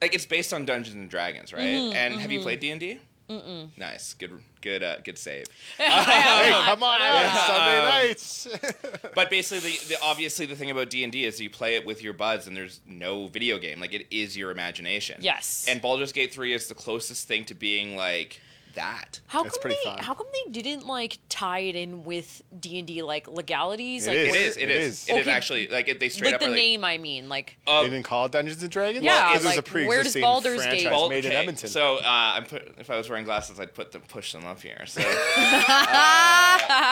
Speaker 4: like it's based on Dungeons and Dragons, right?
Speaker 1: Mm-hmm,
Speaker 4: and have you played D and D? Nice, good, good, uh, good save.
Speaker 5: Hey, come on out it's
Speaker 4: Um,
Speaker 5: Sunday nights.
Speaker 4: But basically, the, the obviously the thing about D and D is you play it with your buds, and there's no video game. Like it is your imagination.
Speaker 1: Yes.
Speaker 4: And Baldur's Gate three is the closest thing to being like that.
Speaker 1: How
Speaker 5: It's
Speaker 1: come
Speaker 5: pretty
Speaker 1: they?
Speaker 5: fun.
Speaker 1: How come they didn't like tie it in with D and D like legalities?
Speaker 5: It
Speaker 1: like
Speaker 5: is.
Speaker 4: It
Speaker 1: what-
Speaker 4: is. It,
Speaker 5: It
Speaker 4: it is.
Speaker 5: is.
Speaker 4: It is
Speaker 1: Okay.
Speaker 4: actually like it, they Oh, straight
Speaker 1: like
Speaker 4: up
Speaker 1: the
Speaker 4: are like,
Speaker 1: name. I mean, like
Speaker 5: they didn't call it Dungeons and Dragons.
Speaker 1: Yeah,
Speaker 5: it was a
Speaker 1: like,
Speaker 5: pre-existing
Speaker 1: where does Baldur's
Speaker 5: franchise
Speaker 1: Gate-
Speaker 4: Bald-
Speaker 5: made in
Speaker 4: okay,
Speaker 5: Edmonton.
Speaker 4: So uh, I'm put, if I was wearing glasses, I'd put them push them up here. So uh,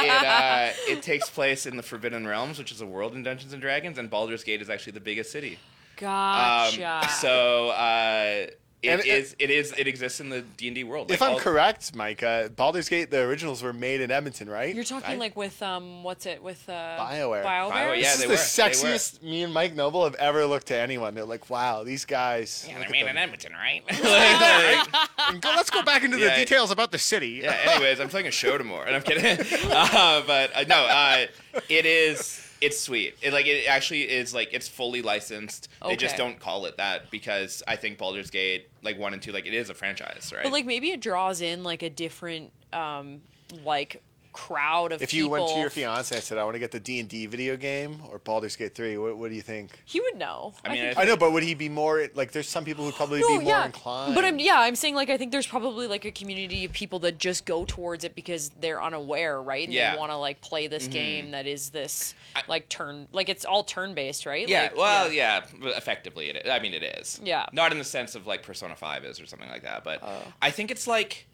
Speaker 4: it, uh, it takes place in the Forbidden Realms, which is a world in Dungeons and Dragons, and Baldur's Gate is actually the biggest city. Um,
Speaker 1: gotcha.
Speaker 4: So uh, it
Speaker 5: And it-
Speaker 4: is- It is. It exists in the D and D world.
Speaker 5: if
Speaker 4: Like,
Speaker 5: I'm
Speaker 4: all-
Speaker 5: correct, Mike, uh, Baldur's Gate, the originals were made in Edmonton, right?
Speaker 1: You're talking like with um, what's it with uh,
Speaker 5: BioWare.
Speaker 1: BioWare.
Speaker 4: BioWare, yeah,
Speaker 5: this is
Speaker 4: they
Speaker 5: the
Speaker 4: were, they were.
Speaker 5: sexiest me and Mike Noble have ever looked to anyone. They're like, wow, these guys.
Speaker 4: Yeah,
Speaker 5: look
Speaker 4: they're
Speaker 5: at
Speaker 4: made
Speaker 5: them.
Speaker 4: in Edmonton, right? Like,
Speaker 5: And go- let's go back into
Speaker 4: Yeah.
Speaker 5: the details about the city.
Speaker 4: yeah, anyways, I'm playing a show tomorrow, and I'm kidding. uh, but uh, no, uh, it is. It's sweet. It like it actually is like it's fully licensed. They just
Speaker 1: Okay.
Speaker 4: don't call it that because I think Baldur's Gate like one and two like it is a franchise, right?
Speaker 1: But like maybe it draws in like a different um, like crowd of
Speaker 5: If you went to
Speaker 1: people.
Speaker 5: your fiance and said, I want to get the D&D video game or Baldur's Gate 3, what, what do you think?
Speaker 1: he would know.
Speaker 4: I mean,
Speaker 1: think
Speaker 5: I know, but would he be more, like, there's some people who'd probably be more inclined.
Speaker 1: But I'm yeah, I'm saying like I think there's probably like a community of people that just go towards it because they're unaware, right? And
Speaker 4: Yeah. Mm-hmm.
Speaker 1: they want to like play this game that is this like turn like it's all turn based, right?
Speaker 4: yeah.
Speaker 1: Like,
Speaker 4: well, yeah. but Effectively, it. I mean, it is.
Speaker 1: Yeah. Oh.
Speaker 4: Not in the sense of like Persona Five is or something like that, but I think it's like,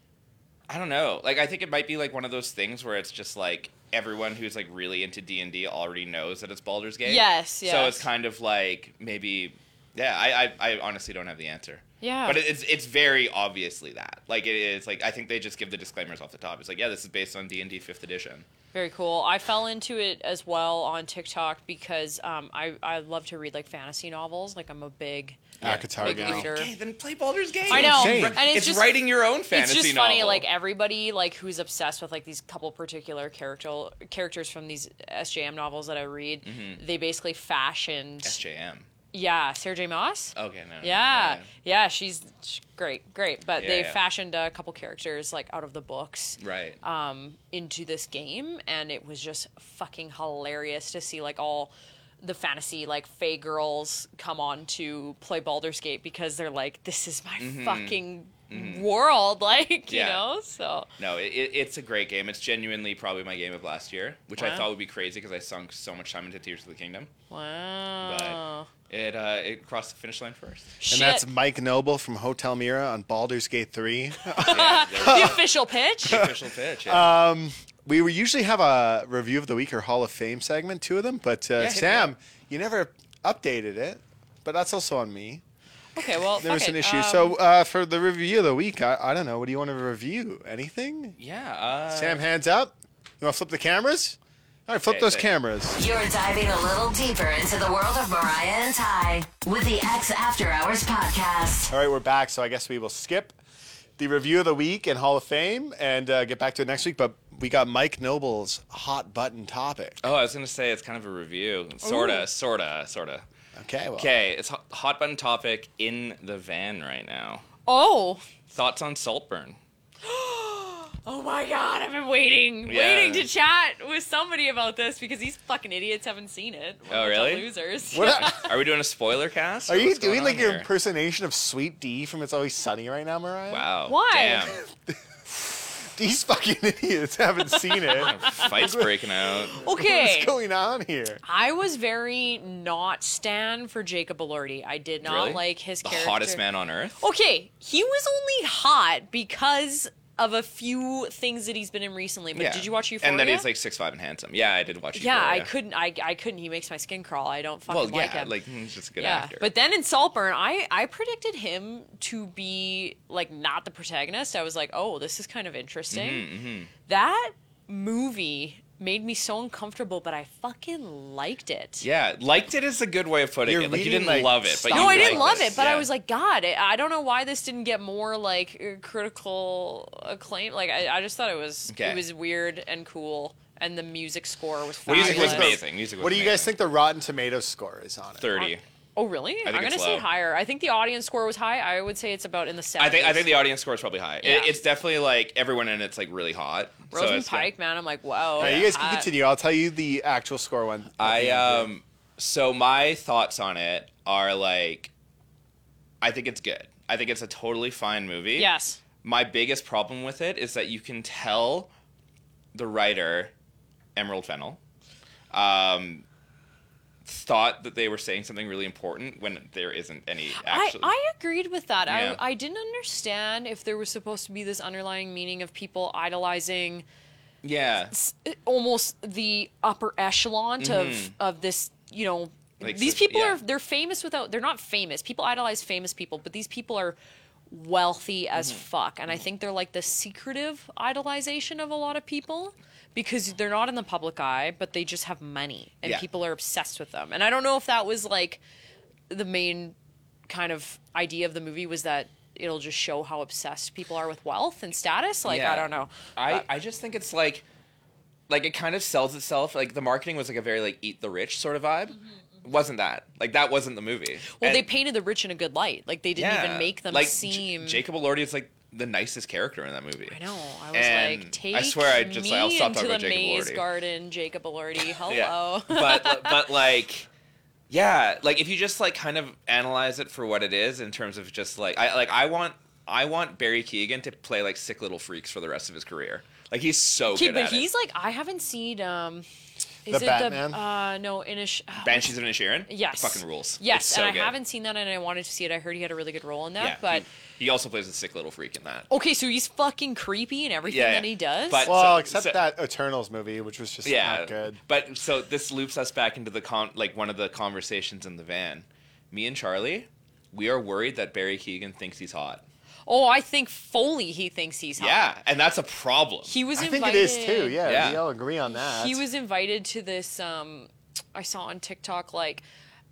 Speaker 4: I don't know. Like I think it might be like one of those things where it's just like everyone who's like really into D and D already knows that it's Baldur's Gate.
Speaker 1: Yes,
Speaker 4: So
Speaker 1: yes.
Speaker 4: it's kind of like maybe. Yeah, I, I, I honestly don't have the answer.
Speaker 1: Yeah.
Speaker 4: But it- it's it's very obviously that. Like it is like I think they just give the disclaimers off the top. It's like, yeah, this is based on D and D fifth edition.
Speaker 1: Very cool. I fell into it as well on TikTok because um, I I love to read like fantasy novels. Like I'm a big
Speaker 4: Oh,
Speaker 5: Akatar
Speaker 1: big
Speaker 5: now.
Speaker 1: reader.
Speaker 4: Okay, then play Baldur's Gate.
Speaker 1: I know,
Speaker 5: insane.
Speaker 1: and it's,
Speaker 4: it's
Speaker 1: just
Speaker 4: writing your own
Speaker 1: It's
Speaker 4: fantasy
Speaker 1: just
Speaker 4: novel.
Speaker 1: funny, like everybody, like who's obsessed with like these couple particular character characters from these SJM novels that I read.
Speaker 4: Mm-hmm.
Speaker 1: They basically fashioned,
Speaker 4: SJM.
Speaker 1: yeah, Sarah J. Moss.
Speaker 4: Okay, no. no,
Speaker 1: Yeah,
Speaker 4: no, no.
Speaker 1: yeah, she's sh- great, great. But
Speaker 4: Yeah,
Speaker 1: they
Speaker 4: yeah.
Speaker 1: fashioned a couple characters like out of the books
Speaker 4: Right.
Speaker 1: um, into this game, and it was just fucking hilarious to see like all the fantasy like fey girls come on to play Baldur's Gate because they're like, this is my fucking world, like you
Speaker 4: Mm-hmm. Yeah.
Speaker 1: know. So
Speaker 4: no, it, it- it's a great game. It's genuinely probably my game of last year, which I
Speaker 1: Wow.
Speaker 4: thought would be crazy because I sunk so much time into Tears of the Kingdom. But
Speaker 1: wow,
Speaker 4: it uh, it crossed the finish line first.
Speaker 1: shit,
Speaker 5: And that's Mike Noble from Hotel Mira on Baldur's Gate 3.
Speaker 4: Yeah, there was
Speaker 1: the official pitch.
Speaker 4: the official pitch.
Speaker 5: Uh,
Speaker 4: yeah.
Speaker 5: we would usually have a review of the week or Hall of Fame segment, two of them, but uh,
Speaker 4: hit me
Speaker 5: Sam, you never updated it, but that's also on me.
Speaker 1: Okay, well,
Speaker 5: There was
Speaker 1: fuck
Speaker 5: an
Speaker 1: it,
Speaker 5: issue.
Speaker 1: um,
Speaker 5: so uh, for the review of the week, I, I don't know. What do you want to review? Anything?
Speaker 4: yeah. Uh,
Speaker 5: Sam, hands up. You want to flip the cameras? All right, flip
Speaker 4: Okay,
Speaker 5: those
Speaker 4: thank-
Speaker 5: cameras.
Speaker 2: You're diving a little deeper into the world of Mariah and Ty with the X After Hours podcast.
Speaker 5: All right, we're back. So I guess we will skip the review of the week and Hall of Fame and uh, get back to it next week. But we got Mike Noble's hot button topic.
Speaker 4: oh, I was gonna say it's kind of a review, sorta, sorta, sorta.
Speaker 5: Okay. Well,
Speaker 4: Okay, it's hot, hot button topic in the van right now.
Speaker 1: oh.
Speaker 4: Thoughts on Saltburn?
Speaker 1: Oh my god, I've been waiting,
Speaker 4: Yeah.
Speaker 1: waiting to chat with somebody about this because these fucking idiots haven't seen it.
Speaker 4: Oh,
Speaker 1: Bunch of
Speaker 4: really?
Speaker 1: Losers.
Speaker 5: What,
Speaker 4: Are we doing a spoiler cast?
Speaker 5: are you
Speaker 4: What's going
Speaker 5: doing
Speaker 4: on
Speaker 5: like your
Speaker 4: here?
Speaker 5: impersonation of Sweet D from It's Always Sunny right now, Mariah?
Speaker 4: Wow.
Speaker 1: Why?
Speaker 4: Damn.
Speaker 5: These fucking idiots haven't seen it.
Speaker 4: Fights breaking out.
Speaker 1: Okay.
Speaker 5: What's going on here?
Speaker 1: I was very not stan for Jacob Elordi. I did not
Speaker 4: Really?
Speaker 1: like his
Speaker 4: the
Speaker 1: character.
Speaker 4: hottest man on earth.
Speaker 1: Okay, he was only hot because of a few things that he's been in recently. But did you watch Euphoria?
Speaker 4: And that he's like six five and handsome. Yeah, I did watch.
Speaker 1: yeah,
Speaker 4: Euphoria.
Speaker 1: I couldn't. I, I couldn't. He makes my skin crawl. I don't fucking
Speaker 4: Well,
Speaker 1: like
Speaker 4: yeah,
Speaker 1: him.
Speaker 4: like he's just a good
Speaker 1: yeah,
Speaker 4: actor.
Speaker 1: but then in Saltburn, I I predicted him to be like not
Speaker 4: Mm-hmm,
Speaker 1: the protagonist. I was like, oh, this is kind of interesting. That movie made me so uncomfortable, but I fucking liked it.
Speaker 4: Yeah, liked it is a good way of putting
Speaker 5: You're
Speaker 4: it. Like you
Speaker 5: reading,
Speaker 4: didn't
Speaker 5: like,
Speaker 4: love it, but
Speaker 5: No,
Speaker 4: you
Speaker 1: No, I didn't
Speaker 4: liked
Speaker 1: love it, but I
Speaker 4: Yeah.
Speaker 1: was like, God, I I don't know why this didn't get more like uh, critical acclaim. Like I, I just thought it was
Speaker 4: Okay.
Speaker 1: it was weird and cool, and the music score was
Speaker 4: The music was
Speaker 1: fabulous.
Speaker 4: amazing. Music was
Speaker 5: What do you guys
Speaker 4: amazing.
Speaker 5: think the Rotten Tomatoes score is on it?
Speaker 4: Thirty.
Speaker 1: Oh really?
Speaker 4: think
Speaker 1: I'm
Speaker 4: it's
Speaker 1: gonna say
Speaker 4: low.
Speaker 1: higher. I think the audience score was high. I would say it's about in the 70s.
Speaker 4: I think I think the audience score is probably high. It-
Speaker 1: Yeah.
Speaker 4: it's definitely like everyone in it's like really hot. So
Speaker 1: Rosamund
Speaker 4: it's been-
Speaker 1: Pike, man, I'm like, wow.
Speaker 5: All right, you guys can
Speaker 1: hot.
Speaker 5: continue. I'll tell you the actual score one.
Speaker 4: I um so my thoughts on it are like I think it's good. I think it's a totally fine movie.
Speaker 1: Yes.
Speaker 4: My biggest problem with it is that you can tell the writer Emerald Fennel um thought that they were saying something really important when there isn't any
Speaker 1: I,
Speaker 4: actually
Speaker 1: I agreed with that.
Speaker 4: Yeah.
Speaker 1: I, I didn't understand if there was supposed to be this underlying meaning of people idolizing
Speaker 4: yeah
Speaker 1: almost the upper echelon of of this you know
Speaker 4: Mm-hmm. Like,
Speaker 1: these
Speaker 4: so-
Speaker 1: people
Speaker 4: yeah.
Speaker 1: are they're famous without they're not famous people idolize famous people but these people are wealthy as
Speaker 4: Mm-hmm.
Speaker 1: fuck and i think they're like the secretive idolization of a lot of people because they're not in the public eye but they just have money and
Speaker 4: Yeah.
Speaker 1: people are obsessed with them and i don't know if that was like the main kind of idea of the movie was that it'll just show how obsessed people are with wealth and status like i
Speaker 4: Yeah.
Speaker 1: don't know
Speaker 4: I, I just think it's like like it kind of sells itself like the marketing was like a very like eat the rich sort of vibe wasn't that like that wasn't the movie
Speaker 1: Mm-hmm. Well, they
Speaker 4: And-
Speaker 1: painted the rich in a good light. Like they didn't even make them
Speaker 4: like, J-
Speaker 1: seem.
Speaker 4: jacob elordi is like the nicest character in that movie
Speaker 1: I know. I was
Speaker 4: And
Speaker 1: like, take
Speaker 4: i swear i just
Speaker 1: me
Speaker 4: like, i'll stop
Speaker 1: into
Speaker 4: talking about
Speaker 1: the
Speaker 4: jacob
Speaker 1: maze
Speaker 4: elordi
Speaker 1: garden, Jacob Elordi. Hello.
Speaker 4: yeah but but like yeah like if you just like kind of analyze it for what it is in terms of just like i like i want I want Barry Keegan to play like sick little freaks for the rest of his career. Like he's so
Speaker 1: Kid,
Speaker 4: good
Speaker 1: but
Speaker 4: at
Speaker 1: he's
Speaker 4: it.
Speaker 1: like, I haven't seen. um is
Speaker 5: The
Speaker 1: it
Speaker 5: Batman?
Speaker 1: the uh no Inish oh,
Speaker 4: Banshees of Inisherin.
Speaker 1: yes
Speaker 4: fucking rules.
Speaker 1: yes
Speaker 4: It's so
Speaker 1: and I
Speaker 4: good.
Speaker 1: haven't seen that and I wanted to see it I heard he had a really good role in that
Speaker 4: Yeah,
Speaker 1: but Oh,
Speaker 4: he, he also plays a sick little freak in that.
Speaker 1: okay so he's fucking creepy and everything
Speaker 4: Yeah,
Speaker 1: that
Speaker 4: yeah.
Speaker 1: he does
Speaker 4: But-
Speaker 5: Well,
Speaker 4: So-
Speaker 5: except
Speaker 4: so-
Speaker 5: that Eternals movie, which was just
Speaker 4: yeah,
Speaker 5: not good.
Speaker 4: But so this loops us back into the con like one of the conversations in the van. Me and Charlie, we are worried that Barry Keegan thinks he's hot.
Speaker 1: oh I think Foley he thinks he's hot.
Speaker 4: Yeah, and that's a problem.
Speaker 1: he was
Speaker 5: I
Speaker 1: invited
Speaker 5: think it is too. Yeah,
Speaker 4: Yeah.
Speaker 5: we all agree on that.
Speaker 1: he was invited to this um i saw on tiktok like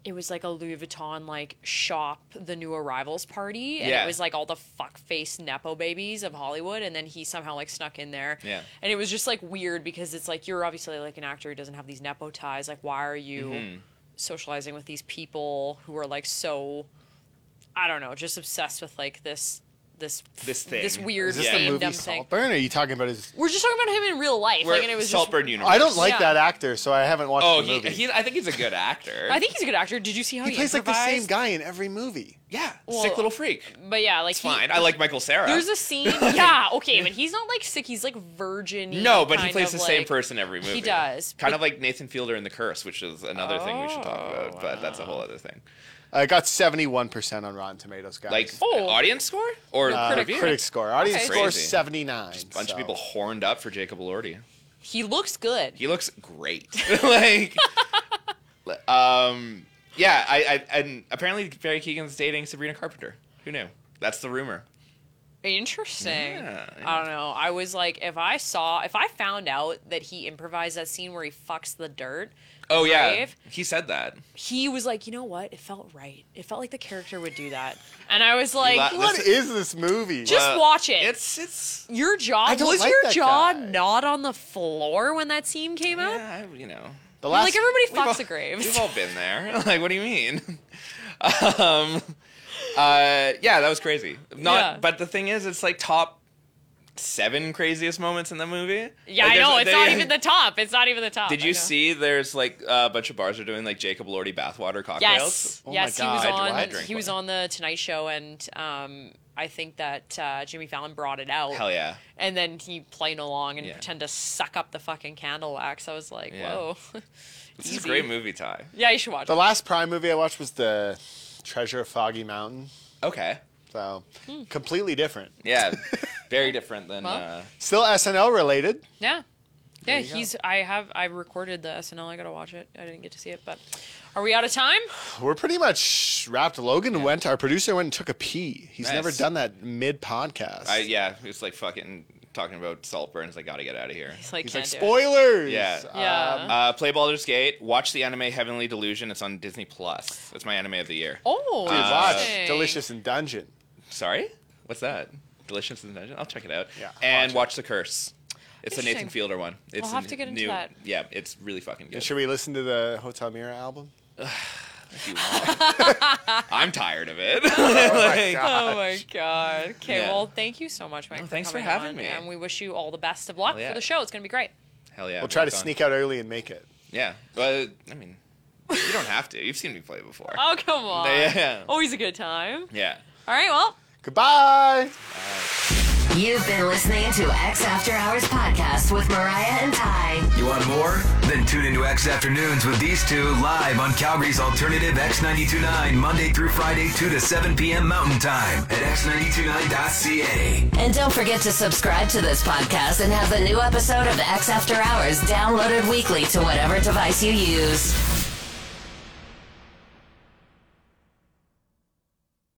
Speaker 1: it was like a louis vuitton like shop the new arrivals party and
Speaker 4: Yeah.
Speaker 1: it was like all the fuck face nepo babies of hollywood and then he somehow like snuck in there
Speaker 4: Yeah.
Speaker 1: and it was just like weird because it's like you're obviously like an actor who doesn't have these nepo ties like why are you
Speaker 4: Mm-hmm.
Speaker 1: socializing with these people who are like so i don't know just obsessed with like this this
Speaker 4: This
Speaker 1: this
Speaker 4: thing.
Speaker 1: weird
Speaker 5: Is this
Speaker 4: Yeah.
Speaker 5: the
Speaker 1: fandom
Speaker 5: movie
Speaker 1: thing
Speaker 5: Saltburn? Or are you talking about his?
Speaker 1: we're just talking about him in real life
Speaker 4: We're
Speaker 1: like and it was just
Speaker 4: Saltburn Universe.
Speaker 5: I don't like
Speaker 1: Yeah.
Speaker 5: that actor, so I haven't watched
Speaker 4: Oh,
Speaker 5: the
Speaker 4: he,
Speaker 5: movie.
Speaker 4: he, I think he's a good actor.
Speaker 1: I think he's a good actor. Did you see how he,
Speaker 5: plays like the
Speaker 1: improvised?
Speaker 5: same guy in every movie.
Speaker 4: yeah,
Speaker 1: Well,
Speaker 4: sick little freak.
Speaker 1: But yeah, like
Speaker 4: It's
Speaker 1: he-
Speaker 4: fine. I like Michael Sarah.
Speaker 1: There's a scene. Yeah, okay, but he's not like sick. He's like virgin.
Speaker 4: no, but he plays the same person every movie.
Speaker 1: does,
Speaker 4: Kind
Speaker 1: but- Oh,
Speaker 4: of like Nathan Fielder in The Curse, which is another thing we should talk about, but that's a whole other thing.
Speaker 5: I got seventy-one percent on Rotten Tomatoes, guys.
Speaker 4: Like
Speaker 1: Oh.
Speaker 4: audience score or
Speaker 5: uh,
Speaker 4: review?
Speaker 5: critic score, audience
Speaker 1: Okay.
Speaker 5: score
Speaker 4: Crazy.
Speaker 5: seventy-nine. Just
Speaker 4: bunch of people horned up for Jacob Elordi.
Speaker 1: He looks good.
Speaker 4: He looks great. like, um, yeah. I, I and apparently Barry Keegan's dating Sabrina Carpenter. Who knew? That's the rumor.
Speaker 1: Interesting.
Speaker 4: Yeah,
Speaker 1: I don't know. I was like, if I saw, if I found out that he improvised that scene where he fucks the dirt,
Speaker 4: Oh yeah,
Speaker 1: Brave.
Speaker 4: he said that.
Speaker 1: he was like, you know what? It felt right. It felt like the character would do that. And I was like,
Speaker 4: la-
Speaker 5: What
Speaker 4: This-
Speaker 5: is this movie?
Speaker 1: just watch it.
Speaker 4: uh, It's it's
Speaker 1: your jaw
Speaker 5: I don't
Speaker 1: was
Speaker 5: like
Speaker 1: your
Speaker 5: that
Speaker 1: jaw
Speaker 5: guy.
Speaker 1: not on the floor when that scene came out?
Speaker 4: yeah, I- you know.
Speaker 5: the
Speaker 1: You're
Speaker 5: last
Speaker 1: Like everybody
Speaker 4: We've all-
Speaker 1: fucks a grave.
Speaker 4: We've all been there. Like, what do you mean? um, uh, yeah, that was crazy. Not,
Speaker 1: Yeah.
Speaker 4: but the thing is, it's like top seven craziest moments in the movie.
Speaker 1: Yeah,
Speaker 4: Like,
Speaker 1: I
Speaker 4: there's-
Speaker 1: know. It's
Speaker 4: they-
Speaker 1: not even the top. It's not even the top.
Speaker 4: Did
Speaker 1: I know.
Speaker 4: you see? There's like a bunch of bars are doing like Jacob Lordy bathwater cocktails.
Speaker 1: Yes.
Speaker 5: Oh my
Speaker 1: yes, he
Speaker 5: God.
Speaker 1: was
Speaker 5: I-
Speaker 4: I
Speaker 1: on.
Speaker 4: drank
Speaker 1: He was
Speaker 4: one.
Speaker 1: on the Tonight Show, and um, I think that uh, Jimmy Fallon brought it out.
Speaker 4: Hell yeah.
Speaker 1: And then he played along and
Speaker 4: Yeah.
Speaker 1: pretend to suck up the fucking candle wax. I was like,
Speaker 4: Yeah.
Speaker 1: whoa.
Speaker 4: This is a great movie, Ty.
Speaker 1: yeah, you should watch.
Speaker 5: the
Speaker 1: it.
Speaker 5: last Prime movie I watched was the Treasure of Foggy Mountain.
Speaker 4: Okay.
Speaker 5: So
Speaker 1: Hmm.
Speaker 5: completely different.
Speaker 4: Yeah. Very different than. Uh,
Speaker 5: Still SNL related.
Speaker 1: Yeah. Yeah, he's. I have. I recorded the SNL. I gotta watch it. I didn't get to see it, but are we out of time?
Speaker 5: We're pretty much wrapped. Logan went. Our producer went and took a pee. He's
Speaker 4: Nice.
Speaker 5: never done that mid podcast.
Speaker 4: I, yeah, it's like fucking talking about Saltburns. I gotta get out of here.
Speaker 1: He's like,
Speaker 5: He's
Speaker 1: can't
Speaker 5: like,
Speaker 1: do it."
Speaker 5: spoilers!
Speaker 4: Yeah.
Speaker 1: Yeah.
Speaker 4: Uh, play Baldur's Gate. Watch the anime Heavenly Delusion. It's on Disney Plus. That's my anime of the year.
Speaker 1: oh,
Speaker 5: Dude, watch
Speaker 1: interesting.
Speaker 5: Delicious and Dungeon.
Speaker 4: Sorry, what's that? Delicious in the Dungeon. I'll check it out.
Speaker 5: Yeah,
Speaker 4: And
Speaker 5: watch
Speaker 4: watch, The Curse. It's the Nathan
Speaker 1: Interesting.
Speaker 4: Fielder one. It's
Speaker 1: have
Speaker 4: a
Speaker 1: to get into
Speaker 4: new,
Speaker 1: that.
Speaker 4: Yeah, it's really fucking good.
Speaker 5: And should we listen to the Hotel Mira album?
Speaker 4: If you want. I'm tired of it. Like,
Speaker 1: Oh my god. Okay,
Speaker 4: Yeah.
Speaker 1: well, thank you so much, Mike.
Speaker 4: No, thanks for
Speaker 1: coming
Speaker 4: having
Speaker 1: on,
Speaker 4: me.
Speaker 1: And we wish you all the best of luck
Speaker 4: Hell yeah.
Speaker 1: for the show. It's gonna be great.
Speaker 4: Hell yeah.
Speaker 5: We'll try to
Speaker 4: rock on.
Speaker 5: sneak out early and make it.
Speaker 4: Yeah. Well, I mean, you don't have to. You've seen me play before.
Speaker 1: Oh come on.
Speaker 4: Yeah.
Speaker 1: Always a good time.
Speaker 4: Yeah.
Speaker 1: All right, well.
Speaker 5: Goodbye.
Speaker 2: You've been listening to X After Hours Podcast with Mariah and Ty.
Speaker 3: You want more? Then tune into X Afternoons with these two live on Calgary's Alternative X929, Monday through Friday, 2 to 7 p.m. Mountain Time at x929.ca.
Speaker 2: And don't forget to subscribe to this podcast and have the new episode of X After Hours downloaded weekly to whatever device you use.